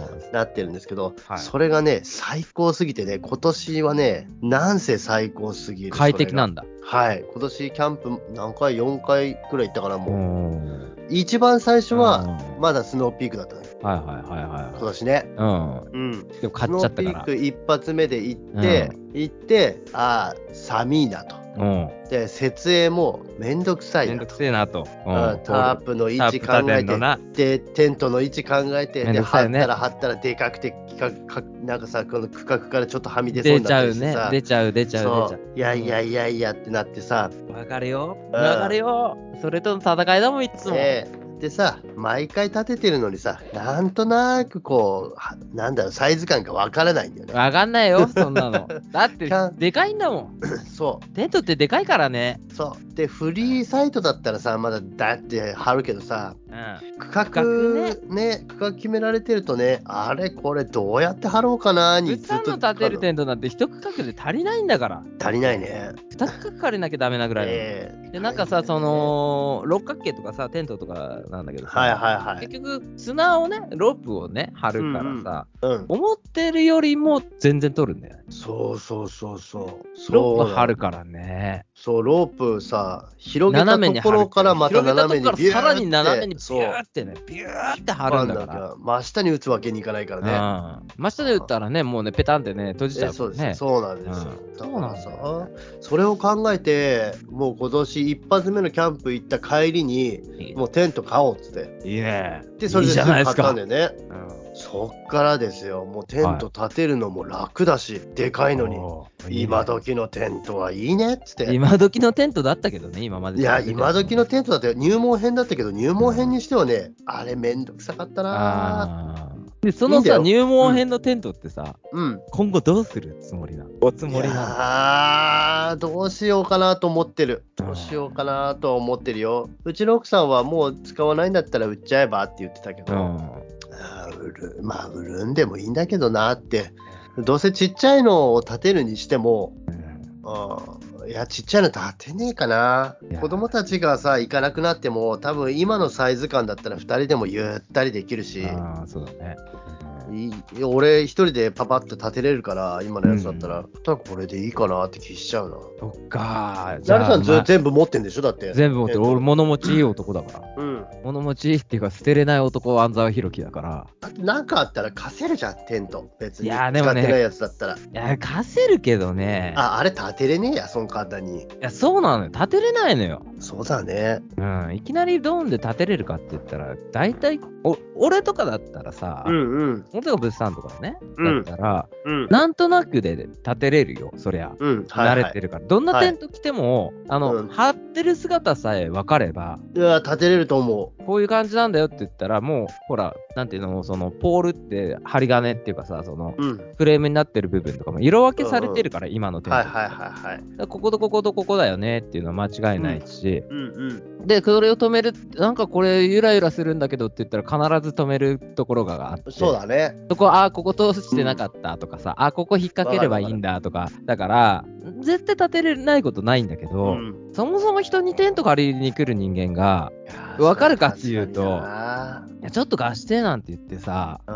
じ。なってるんですけど、はいそれがね、最高すぎてね、今年はね、なんせ最高すぎる。快適なそんだ。れがはい。今年キャンプ何回 ?4 回くらい行ったからうもんう、一番最初は、うんまだスノーピークだったのよ、はいはいはい今は年ね。い。ううん。ん、でも買っちゃったかスノら。ーピーク一発目で行って、行って、ああ、寒いなと。うん、で、設営もめんどくさいめんなどくと。せえなと。ううんんタープの位ター置プ考立てえんての、な。でテントの位置考えて、めんでどくさい貼っよねたら貼ったらでかくてかかなんかさこの区画からちょっとはみ出そう出にちなゃったりうしてねさ、出ちゃう、出ちゃう、出ちゃそう。ういやいやいやいやってなってさ、わかるよ、わかるよ。それとの戦いだもん、いつも。ででさ毎回立ててるのにさなんとなくこうはなんだろうサイズ感がわからないんだよねわかんないよ、そんな の。だってキャ、ンでかいんだもん。そテントってでかいからね。うそうでフリーサイトだったらさまだだって貼るけどさうん。区画区画ね区画決められてるとねあれこれどうやって貼ろうかなに普ずっ通との建てるテントなんて一区画で足りないんだから。足りないね2つかかれなきゃダメなぐらいなの、ええで、なんかさ、そ、の、六角形とかさ、テントとかなんだけどさ、はいはいはい。結局、綱をね、ロープをね、張るからさ、うん。思ってるよりも全然取るんだよね。そうそうそうそう。そうローなプの張るからね。そう、ロープさ、広げた斜めにと張こるろからまた斜めに広げたとこからさらに斜めにビそうューってね、ビューって張張るるんんだか。だからら。真下に打つわけにいかないからね。うん、真下で打ったらね、もうね、ペタンってね、閉じちゃえうそうです、ね。そうなんですよ、うんだからそさうなんそれを考えてもう今年一発目のキャンプ行った帰りにもうテント買おうっつっていいね。でそれいいでじすゃぐない買でっすかたんだよねうんそっからですよもうテント建てるのも楽だし、でかいのにおー今。時のテントはいいねっつっいいねて今時のテントだったけどね、今まで。いや今時のテントだって入門編だったけど入門編にしてはねあれめんどくさかったなあーで、そのさ、いいんだ入門編のテントってさ、うん今後どうするつもりなのおつもりなのああ、どうしようかなと思ってる。どうしようかなとは思ってるよ。うちの奥さんはもう使わないんだったら売っちゃえばって言ってたけど、うあー売るまあ売るんでもいいんだけどなって。どうせちっちゃいのを建てるにしても、ん。うんいや、ちっちゃいの建てねえかな。いや子供たちがさ、行かなくなっても、多分今のサイズ感だったら2人でもゆったりできるし、ああ、そうだね。いい俺一人でパパッと建てれるから、今のやつだったら、ただこれでいいかなって気しちゃうな。そっかー。成さんず、まあ全部持ってんでしょだって。全部持ってる、えと俺、物持ちいい男だから。うん。物持ちいいっていうか、捨てれない男、安沢宏樹だから。だってなんかあったら貸せるじゃん、テント。別に。いやーでもね使ってないやつだったら。いや、貸せるけどね。あ、あれ建てれねえや、そん簡単に。いや、そうなのよ。建てれないのよ。そうだね。うん。いきなりドーンで建てれるかって言ったら、大体、お俺とかだったらさ、んうん。俺とか物産とかね、うんだったら、うん。なんとなくで建てれるよ、そりゃ。うん、はい、慣はい。れてるから、どんなテント着ても、あの、うん張ってる姿さえ分かれば、いや、建てれると思う。こういう感じなんだよって言ったら、もう、ほら、なんていうの、その、ポールって、針金っていうかさ、その、うん。フレームになってる部分とかも色分けされてるから、今のテントはっいて。はいはいはい。だからこことこことここだよねっていうのは間違いないし、うんうん。で、それを止める、なんかこれ、ゆらゆらするんだけどって言ったら、必ず止めるところがあって、そうだね。そこ、ああ、ここ通してなかったとかさ、ああ、ここ引っ掛ければいいんだとか、だから、絶対立てれないことないんだけど、ん。そもそも人にテント借りに来る人間が、わかるかっていうと確かいやちょっと貸してなんて言ってさ、に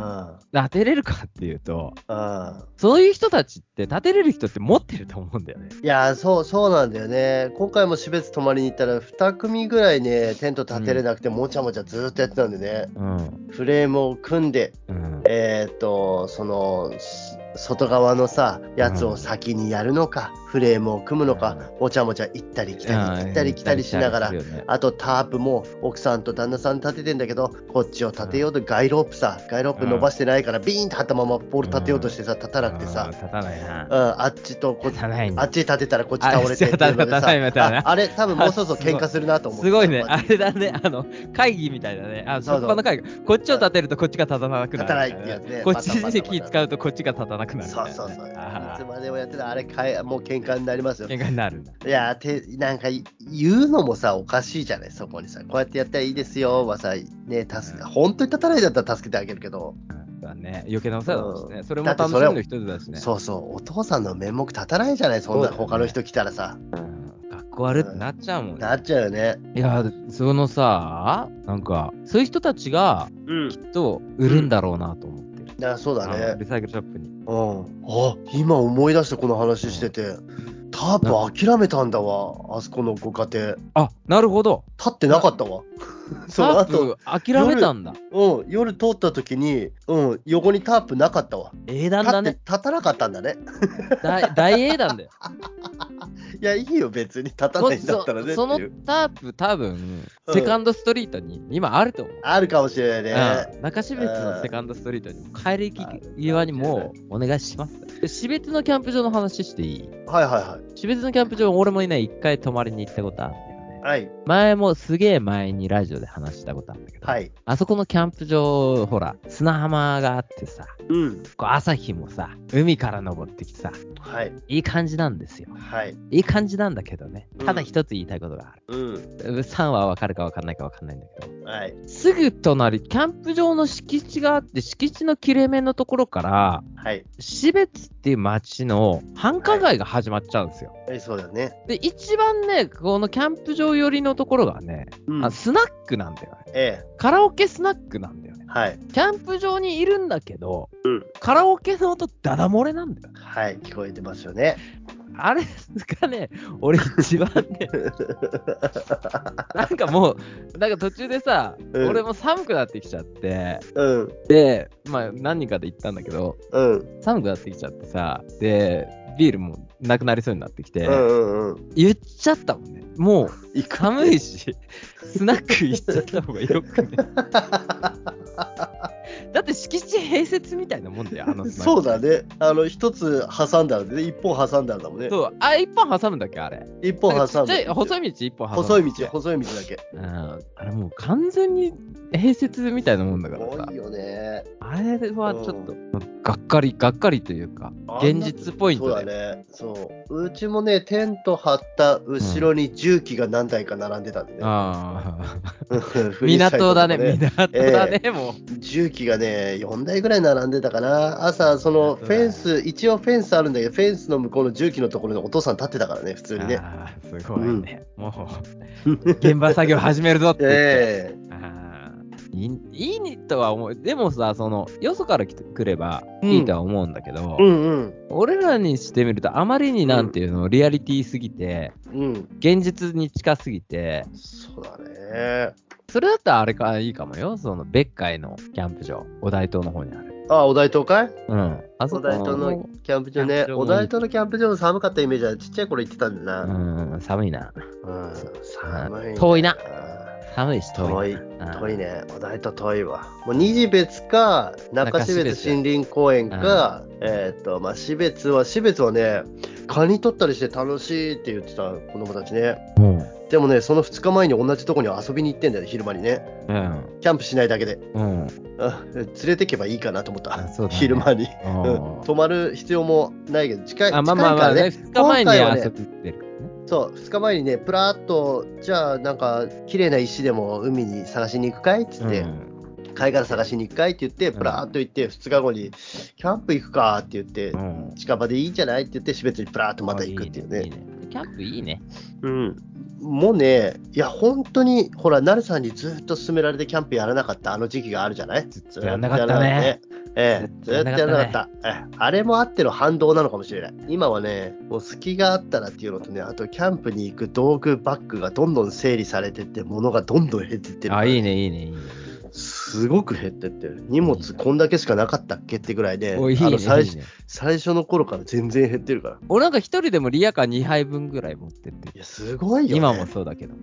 な立てれるかっていうと、うん。うん。そういう人たちって、立てれる人って持ってると思うんだよね。いやーそうそうなんだよね、今回も標別泊まりに行ったら、2組ぐらいね、テント立てれなくて、もちゃもちゃずーっとやってたんでね、うん。フレームを組んで、うん。えーっと、その、す外側のさ、やつを先にやるのか、フレームを組むのか、もちゃもちゃ行ったり来たり、行ったり来たりしながらうん、行ったり来たりするよねあとタープも奥さんと旦那さん立ててんだけど、こっちを立てようと、ガイロープさ、ガイロープ伸ばしてないから、ビーンと張ったままポール立てようとしてさ、立たなくてうさん、立たないなう。ん、あっちとこっち立たないんだあっち立てたらこっち倒れてっていうのであさ立てた立てた立てたああれ多分もうそろそろ喧嘩するなと思ってすごいね、あ立れだね、あの会議みたいだね、あそうそそうこの会議、こっちを立てるとこっちが立たなくなるたないってやつねこっちバタバタバにタ気使うとこっちが立た なくなるみたいそうなね、そうそういあつまでもやってたあれかえもう喧嘩になりますーよ喧嘩になるんだ。いやてなんか言うのもさおかしいじゃないそこにさこうやってやったらいいですよはさね助け本当に立たないだったら助けてあげるけど、だね、余計なお世話だもんね、それもだって楽しそれみの一つだしね。そうそうお父さんの面目立たないじゃないそんそなうだね他の人来たらさ、学校悪ってなっちゃうもんね。なっちゃうよねいや、そのさ、なんか、そういう人たちがうんきっと売るんだろうなと思ってる。だそうだあのねリサイクルショップに。うん、あ今思い出してこの話してて、タープ諦めたんだわ、あそこのご家庭。あなるほど。立ってなかったわ。そのタ後、ープ諦めたんだ。うん、夜通った時に、うん、横にタープなかったわ。英断立だってね。立たなかったんだね。大大 英断だよ。 いや、いいよ、別に立たないんだったらねってそそいのう。タープ多分、うんセカンドストリートに今あると思う。あるかもしれないね。うん中標津のセカンドストリートにも帰り際にもうお願いします。で、標津のキャンプ場の話していいはいはいはい。標津のキャンプ場、俺もね、一回泊まりに行ったことあるんだよね。はい。前もすげえ前にラジオで話したことあるんだけど、はい。あそこのキャンプ場、ほら、砂浜があってさ、うん。こう朝日もさ、海から昇ってきてさ、はい。いい感じなんですよ。はい。いい感じなんだけどね。ただうん一つ言いたいことがある。うん。 3はわかるかわかんないかわかんないんだけど。はい。すぐ隣、キャンプ場の敷地があって、敷地の切れ目のところから、はい。標津っていう町の繁華街が始まっちゃうんですよ。えそうだね。で、一番ね、このキャンプ場寄りのところがね、うんあ。スナックなんだよね。ええ。カラオケスナックなんだよね。はい。キャンプ場にいるんだけど、うんカラオケの音ダダ漏れなんだよ。はい。聞こえてますよね。あれがね、俺一番ね、なんかもう、なんか途中でさ、うん俺も寒くなってきちゃって、うん。で、まあ何人かで行ったんだけど、うん。寒くなってきちゃってさ、で、ビールもなくなりそうになってきて、うんうんうん。言っちゃったもんね。もう行く。寒いし、スナック行っちゃった方がよく ね。だって敷地併設みたいなもんだよ、あのスナック。そうだね。あの、一つ挟んだらね、一本挟んだんだもんね。そう。あ、一本挟むだっけ、あれ。一本挟んちっちゃいだ。細い道一本挟む。細い道、。細い道だけ。うん。あれもう完全に併設みたいなもんだからさ多い。よね。あれはちょっと、がっかり、がっかりというか、現実ポイントそうだね。そう。うちもね、テント張った後ろに重機が何台か並んでたんでね。ああ。 フリーサイ港ドだとかね、港だね、もう。重機がね、4台ぐらい並んでたかな。朝、そのフェンス、一応フェンスあるんだけど、フェンスの向こうの重機のところにお父さん立ってたからね、普通にね。ああ、すごいね。もう、現場作業始めるぞって言って。 ええあーいいいいとは思う。でもさ、その、よそから来てくればうんいいとは思うんだけど、うんうん。俺らにしてみると、あまりになんていうの、リアリティすぎて、うん。現実に近すぎて、そうだね。それだったらあれか、いいかもよ。その、別海のキャンプ場、お台東の方にある。あ、お台東かいうん。あお台東のキャンプ場キャンねプ。場もお台東のキャンプ場も寒かったイメージはちっちゃい頃行ってたんだな。うん、寒いな。うん、寒いね。遠いなうん寒いし遠いな。遠い。うん遠いね。お台東遠いわ。もう二次別か、中標中標別津森林公園か、えーっと、まあ、標別は、標別はね、カニ取ったりして楽しいって言ってた子供たちね。うん。でもね、その2日前に同じとこに遊びに行ってんだよね、昼間にね。うん。キャンプしないだけで。うん。あ連れてけばいいかなと思っあた。そうだね昼間に。あうんー泊まる必要もないけど、近いあ、まあ近いまあまからあね、2日前に今回はね遊びってるからね。そう、2日前にね、プラーっと、じゃあ、なんか、綺麗な石でも海に探しに行くかいっつって、うん貝殻探しに行くかいって言って、んプラーっと行って、2日後に、キャンプ行くかって言ってう、ん。近場でいいんじゃないって言って、標別にプラーっとまた行くっていうね。いいね。キャンプいいね。うん。もうね、いや、本当に、ほら、なるさんにずっと勧められてキャンプやらなかったあの時期があるじゃないずっとやらなかったね。ええ、ずずっっととややららななかかっったた。ええあれもあっての反動なのかもしれない。今はね、もう隙があったらっていうのとね、あとキャンプに行く道具、バッグがどんどん整理されてって、物がどんどん減ってってる。あ、いい。ね、いいね、いいね。すごく減ってってる。荷物こんだけしかなかったっけってぐらいで、おいいあねの最いいね最初の頃から全然減ってるから。俺なんか一人でもリアカー2杯分ぐらい持ってってるいや、すごいよね。今もすそうだけどね。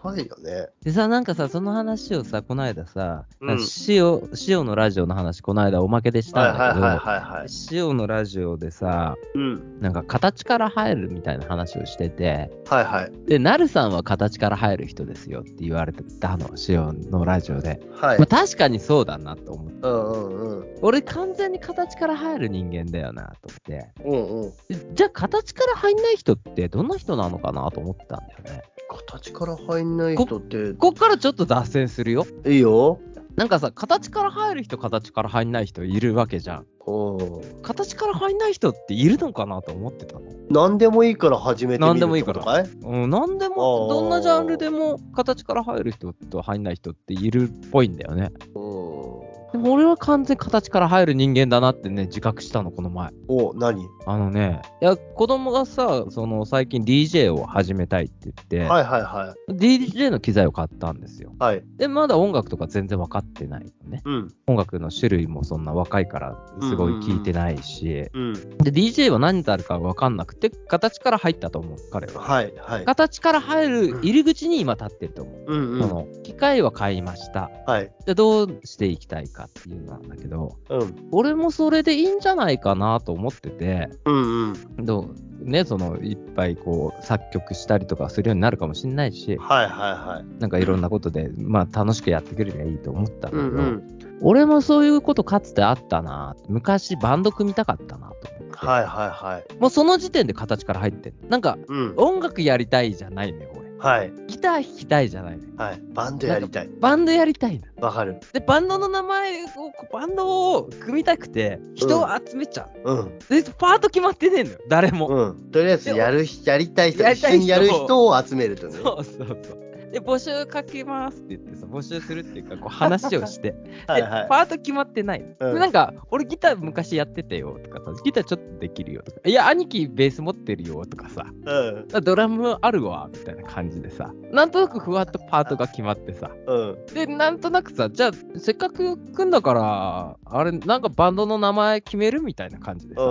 ごいよね。でさ、なんかさ、その話をさ、この間さ、うんなんか塩、塩のラジオの話、この間おまけでしたんだけど、はいはいはい。塩のラジオでさ、うん。なんか形から入るみたいな話をしてて、はいはい。で、なるさんは形から入る人ですよって言われてたの、塩のラジオで。はいまあ、。確かにそうだなと思って。うんうんうん。俺完全に形から入る人間だよなと思って。うんうん。じゃあ形から入んない人ってどんな人なのかなと思ってたんだよね。形から入んない人って、こっからちょっと脱線するよ。いいよ。なんかさ、形から入る人、形から入んない人いるわけじゃん。うん。形から入んない人っているのかなと思ってたの。何でもいいから始めてみる何でもいっいてかことらかいうん、なんであーも、どんなジャンルでも形から入る人と入んない人っているっぽいんだよね。うん。でも俺は完全に形から入る人間だなってね、自覚したの、この前。お、何あのね、いや、子供がさ、その最近 DJ を始めたいって言って、はいはいはい。 DJ の機材を買ったんですよ。はい。で、まだ音楽とか全然分かってないのね。うん。音楽の種類もそんな若いから、すごい聞いてないし、うん。で、DJ は何たるか分かんなくて、形から入ったと思う、彼は。はいはい。形から入る入り口に今立ってると思う。うんうそん。の、機械は買いました。はい。で、どうしていきたいかっていうのなんだけど、うん。俺もそれでいいんじゃないかなと思ってて、うんうん。どうね、その、いっぱいこう、作曲したりとかするようになるかもしれないし、はいはいなんかいろんなことで、まあ楽しくやってくれりゃいいと思ったんだけうど、んうん。俺もそういうことかつてあったな。昔バンド組みたかったなと思って。はいはいはい。もうその時点で形から入ってんのなんか、うん。音楽やりたいじゃないのよ、俺。はいギター弾きたいじゃないのよ。はい。バンドやりたい。バンドやりたいの。わかる。で、バンドの名前を、バンドを組みたくて、人を集めちゃう。うん。で、パート決まってねえのよ、誰も。うん。とりあえずやる人、やりたい人、やり一た緒い人にやる人を集めるとね。そうそうそう。で、募集かけますって言ってさ、募集するっていうか、こう話を して、はいはでいパ。ート決まってない。でうんなんか、俺ギター昔やってたよとかさ、ギターちょっとできるよとか、いや、兄貴ベース持ってるよとかさ、うん。ドラムあるわみたいな感じでさ、なんとなくふわっとパートが決まってさ、うん。で、なんとなくさ、じゃあ、せっかく組んだから、あれ、なんかバンドの名前決めるみたいな感じでうさ、ん。う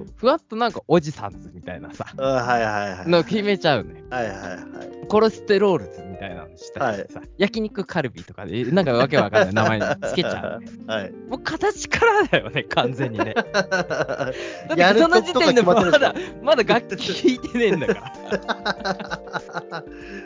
ん。ふわっとなんかおじさんズみたいなさ、うんはいはいはい。の決めちゃうのよ。はいはいコレステロールズみたいなのしたりしてさ、焼肉カルビとかで、なんかわけわかんない名前につけちゃう、ね。はい。はい。もう形からだよね、完全にね。だって やるそのと時とか点で決ままってるでしょだ、まだ楽器弾いてねえんだから。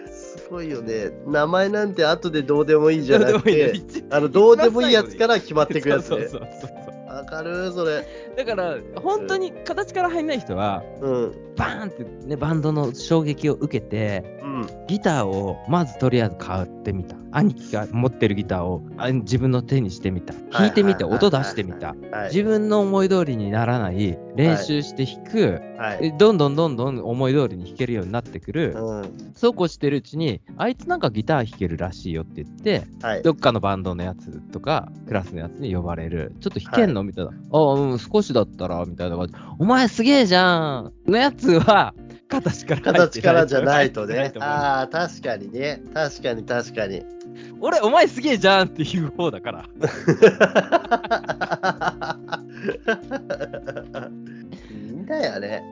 すごいよね。名前なんて後でどうでもいいじゃどなうでくもいいのて、一番あの、どうでもいいやつから決まっていくやつそうねそ。うそうそうわかるそれ。だから、本当に形から入んない人は、うん。バーンってね、バンドの衝撃を受けて、うん。ギターをまずとりあえず買ってみた。兄貴が持ってるギターをあ自分の手にしてみた。弾いてみて、はいはいはいはい音出してみた。はい。自分の思い通りにならない、練習して弾く、はい。どんどんどんどん思い通りに弾けるようになってくる。うん。そうこうしてるうちに、あいつなんかギター弾けるらしいよって言って、はい。どっかのバンドのやつとか、クラスのやつに呼ばれる。ちょっと弾けんの、みたいな。ああ、うん、少しだったら、みたいな感じ。お前すげえじゃんのやつは、形から入って形からじゃないと入っ て。なねいと思うああ、確かにね。確かに確かに。 俺、お前すげえじゃんっていう方だから。 いいんだよね。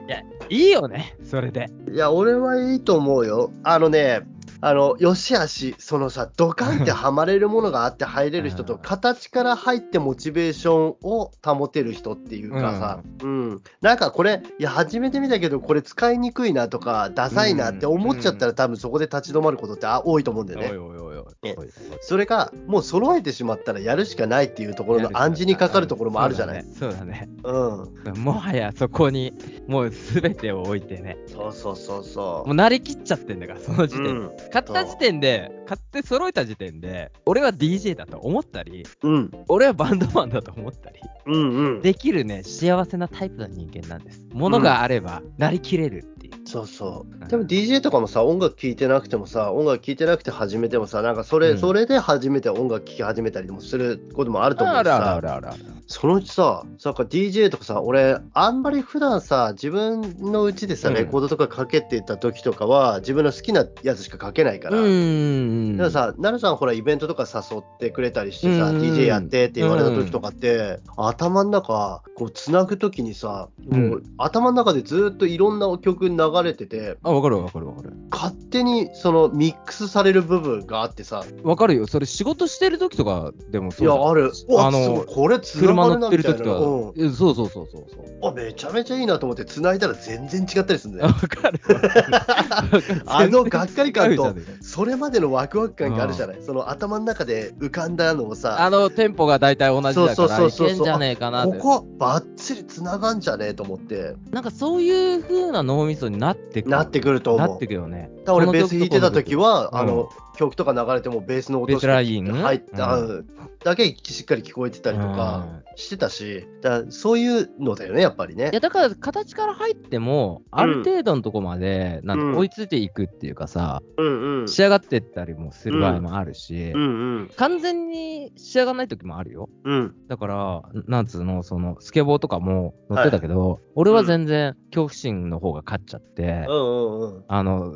いいよね、それで。いや、俺はいいと思うよ。あのね、あの、よしあし、そのさ、ドカンってはまれるものがあって入れる人うと、ん形から入ってモチベーションを保てる人っていうかさ、うん、なんかこれ、いや、始めてみたけど、これ使いにくいなとか、ダサいなって思っちゃったら、多分そこで立ち止まることってあ多いと思うんだよおいおいね。おいおいねおい。それが、もう揃えてしまったらやるしかないっていうところの暗示にかかるところもあるじゃない。そうだね。うん。そうだねもはやそこに、もう全てを置いてね。そうそうそうそもう慣れきっちゃってんだから、そのう。時う点で。ん。買った時点で、買って揃えた時点で、俺は DJ だと思ったり、うん。俺はバンドマンだと思ったり、うんうん。できるね、幸せなタイプの人間なんです。ものがあれば、なりきれるっていう。そうそうう。んでも DJ とかもさ、音楽聴いてなくてもさ、音楽聴いてなくて始めてもさ、なんかそれ、うんそれで初めて音楽聴き始めたりもすることもあると思うしさ、らあらあら。そのうちさ、なんか DJ とかさ、俺、あんまり普段さ、自分のうちでさ、うんレコードとかかけてた時とかは、自分の好きなやつしかかけないかうら。ーん。でもさ、奈良さん、ほら、イベントとか誘ってくれたりしてさ、うん DJ やってって言われた時とかって、頭の中、こう、つなぐ時にさ、もうう、頭の中でずっといろんな曲流れてて、あ、わかるわかるわかる。勝手にそのミックスされる部分があってさ、わかるよ。それ仕事してる時とかでもそいうじゃんや、ある、ああののこれつな車が乗るなってみるたい時な、とうか。えそうそうそうそうそう。ん、あめちゃめちゃいいなと思って、つないだら全然違ったりするんだあよわ。か るわかるあのがっかり感と全然違うじゃんそれまでのワクワク感があるじゃない、その頭の中で浮かんだのをあさ、のテンポが大体同じだそうからそういそうそうけんじゃねえかなってここ、ばっちりつながんじゃねえと思って、なんかそういう風な脳みそになってくなってくるとな思っう。てくよね。だから俺、ベース弾いてた時はは、うんあの曲とか流れても、ベースの音ベしテかライン入った、うんうんだけしっかり聞こえてたりとかしてたし、だからそういうのだよね、やっぱりねいや。だから形から入ってもある程度のとこまでなんうんか追いついていくっていうかさ、うんうん仕上がってったりもする場合もあるし、うん完全に仕上がらない時もあるようんうんだからなんつうのそのスケボーとかも乗ってたけど、俺は全然恐怖心の方が勝っちゃって、うんうんうんあの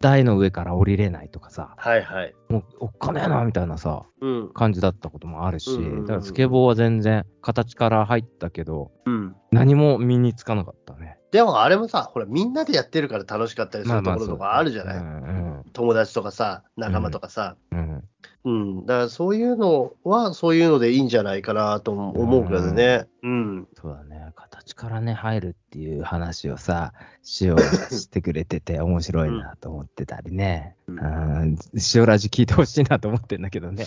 台の上から降りれないとかさはいはいもうおっかねえなみたいなさうん感じだったこともあるし、うんうんうんだからスケボーは全然形から入ったけどうん何も身につかなかったね。でもあれもさほらみんなでやってるから楽しかったりするところとかあるじゃない、うん友達とかさ仲間とかさうんうんうん、だからそういうのはそういうのでいいんじゃないかなと思うけどねうん、そうだね、形からね、入るっていう話をさ、塩がしてくれてて、面白いなと思ってたりね。うんうん、塩ラジ聞いてほしいなと思ってんだけど ね。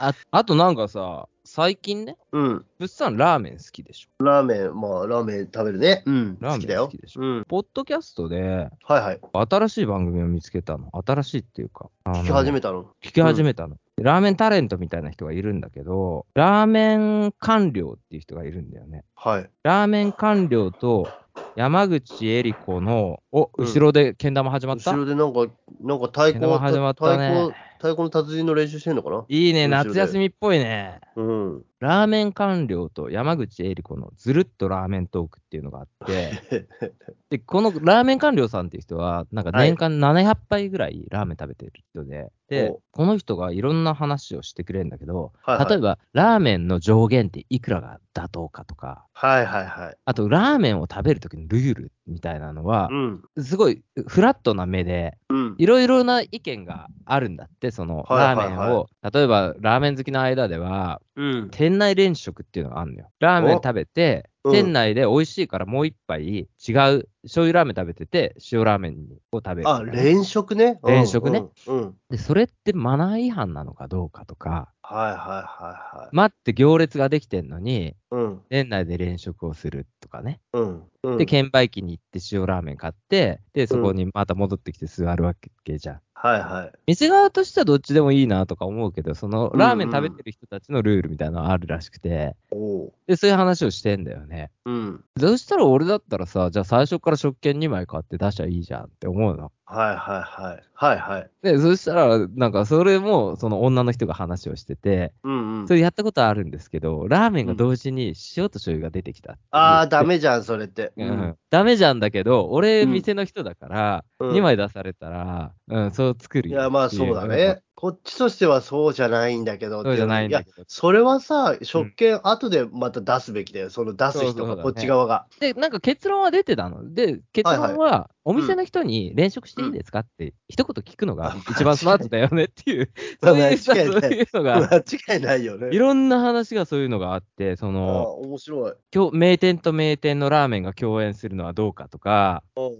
ああとなんかさ、最近ね、うん。物産ラーメン好きでしょ。ラーメン、まあ、ラーメン食べるね。うん。ラーメン好きだよ好きで。しょうん。ポッドキャストで、はいはい。新しい番組を見つけたの。新しいっていうか。聞き始めめたの。聞き始めたの、ラーメンタレントみたいな人がいるんだけど、ラーメン官僚っていう人がいるんだよね。はい。ラーメン官僚と山口恵理子の、お、うん後ろでけん玉始まった、後ろでなんか、なんか太けん鼓、玉始まった太ね鼓、。太鼓の達人の練習してんのかないいね、後ろで夏休みっぽいね。うん。ラーメン官僚と山口恵理子のずるっとラーメントークっていうのがあって、 で、このラーメン官僚さんっていう人は、なんか年間700杯ぐらいラーメン食べてる人で、でお、この人がいろんな話をしてくれるんだけど、はいはい例えば、ラーメンの上限っていくらが妥当かとか、はいはいはい。あと、ラーメンを食べる時のルールみたいなのはう、ん。すごいフラットな目で、うん。いろいろな意見があるんだって、そのはラいはいーはいメンを、例えばラーメン好きの間では、うん。店内連食っていうのがあるのよ。ラーメン食べて、おうん店内で美味しいからもう一杯違う、醤油ラーメン食べてて、塩ラーメンを食べるとあ、かね、連食ね。うん連食ね。うん。うんで、それってマナー違反なのかどうかとか、はいはいはいはい。待って行列ができてんのに、うん。店内で連食をするとかね。うん。うんで、券売機に行って塩ラーメン買って、で、そこにまた戻ってきて座るわけじゃん。はいはい。店側としてはどっちでもいいなとか思うけど、そのラーメンうんうん食べてる人たちのルールみたいなのあるらしくて、おう。で、そういう話をしてんだよね。うん。そしたら俺だったらさ、じゃあ最初から食券2枚買って出しゃいいじゃんって思うの。はいはいはい。はいはい。で、そしたら、なんかそれもその女の人が話をしてて、うんうんそ。れやったことはあるんですけど、ラーメンが同時に塩と醤油が出てきたっていうああ、ダメじゃん、それって。うんダメじゃんだけど、俺、うん店の人だから、うん2枚出されたら、うん、そう作るいよや、まあそうだっていうね。こっちとしてはそうじゃないんだけどってそうじゃないんだけどや、それはさ、食券後でまた出すべきだよ。その出すそうそ人うだが、ねこっち側が。で、なんか結論は出てたの。で、結論は、お店の人に連食していいですかって、一言聞くのが一番スマートだよねって いう、まそあういうさ、そう間違いないいうのが、間違いないよね。いろんな話がそういうのがあって、そああの、面白い。今日名店と名店のラーメンが共演するのはどうかとか、おう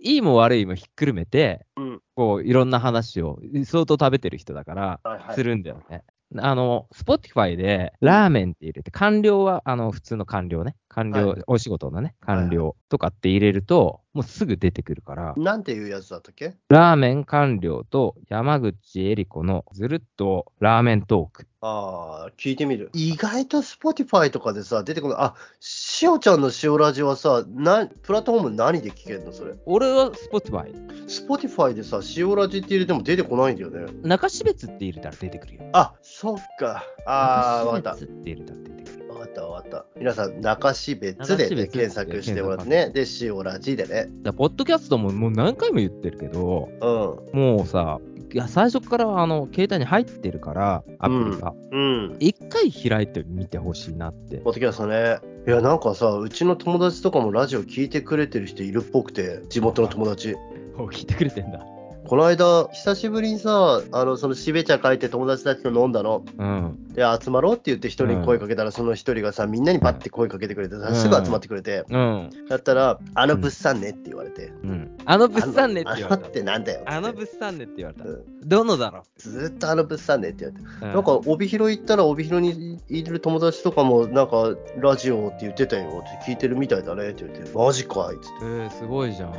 いいも悪いもひっくるめて、おううん。こう、いろんな話を、相当食べてる人だから、はいはいす。るんだよね。あの、Spotify で、ラーメンって入れて、官僚は、あの、普通の官僚ね。官僚、はお仕事のね、いはい官僚とかって入れると、もうすぐ出てくるから、なんていうやつだったっけラーメン官僚と山口恵理子のずるっとラーメントーク。ああ、聞いてみる。意外と Spotify とかでさ、出てこない。あ、しおちゃんのしおラジはさ、なプラットフォーム何で聞けるのそれ。俺は Spotify。 Spotify でさ、しおラジって入れても出てこないんだよね。中標津って入れたら出てくるよ。あ、そっか。ああ、わかった中。標津って入れたら出てくる。わかったわかった。皆さん、中標別中で、ね、標津で検索してもらってね。で、シオラジでだね。からポッドキャストももう何回も言ってるけど、うん。もうさ、いや最初からあの携帯に入ってるから、アプリが。うん。一回開いてみてほしいなって。ポッドキャストね。いや、なんかさ、うちの友達とかもラジオ聞いてくれてる人いるっぽくて、地元の友達。お聞いてくれてんだ。この間、久しぶりにさ、あの、そのしべ茶書いて友達たちと飲んだの。うん。で、集まろうって言って一人に声かけたら、その一人がさ、みんなにバッて声かけてくれてさ、うんすぐ集まってくれて、うん。だったら、あの物産ねって言われて。うん。あの物産ねって言わあれのたっ。てなんだよ。あの物産ねって言われたう。どのだろずーっとあの物産ねって言われて。う。ななんか、帯広行ったら帯広にいる友達とかもなんかラジオって言ってたよって聞いてるみたいだねって言ってマジかいっつって、えー、すごいじゃん。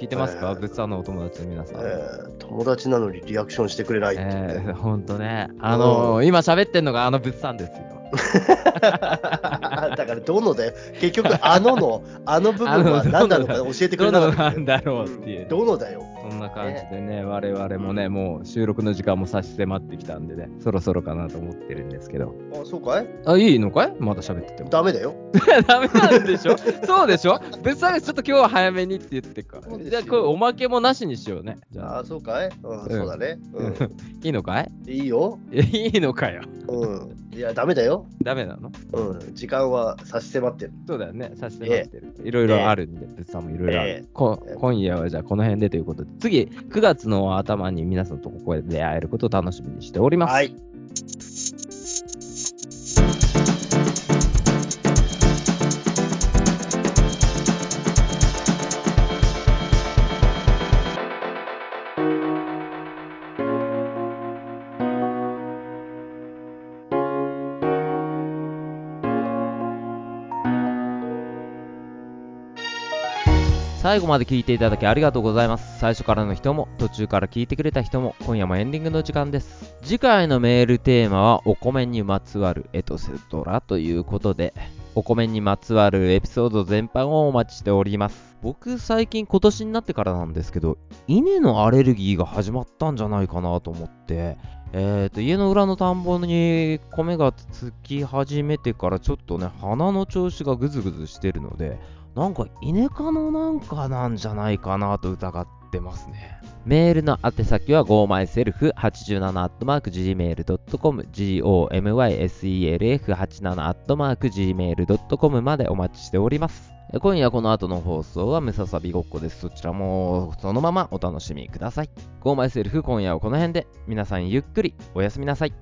聞いてますかえー物産のお友達の皆さん。ええー友達なのにリアクションしてくれないって言って、ー、ほんとね。あのー今喋ってんのがあの物産ですよ。 だからどので結局あののあの部分は何なのか教えてどくれなかのったなっけ。んだろうっていううんどのだよそんな感じでね、我々もね、もう収録の時間も差し迫ってきたんでね、そろそろかなと思ってるんですけど。あそうかいあ、いいのかいまだ喋ってても。ダメだよ ダメなんでしょそうでしょ別にちょっと今日は早めにって言ってっかそうら。ですじゃよあこれおまけもなしにしようね。じゃああ。そうかい、うんんそうだね、うんいいのかい いいよ、えいいのかよ。うん、いやダメだよ、ダメなのうん、時間は差し迫ってるそうだよね。差し迫ってる。いろいろあるんで、別さんもいろいろあえる。こ今夜はじゃあこの辺でということで、次、9月の頭に皆さんとここで会えることを楽しみにしております。はい最後まで聞いていただきありがとうございます最初からの人も途中から聞いてくれた人も今夜もエンディングの時間です次回のメールテーマはお米にまつわるエトセトラということでお米にまつわるエピソード全般をお待ちしております僕最近今年になってからなんですけど稲のアレルギーが始まったんじゃないかなと思ってえー、と家の裏の田んぼに米がつき始めてからちょっとね鼻の調子がぐずぐずしてるのでなんか稲科のなんかなんじゃないかなと疑ってますねメールの宛先は gomyself87-gmail.com gomyself87-gmail.com までお待ちしております今夜この後の放送はムササビごっこです。そちらもそのままお楽しみください。Go Myself 今夜はこの辺で皆さんゆっくりおやすみなさい。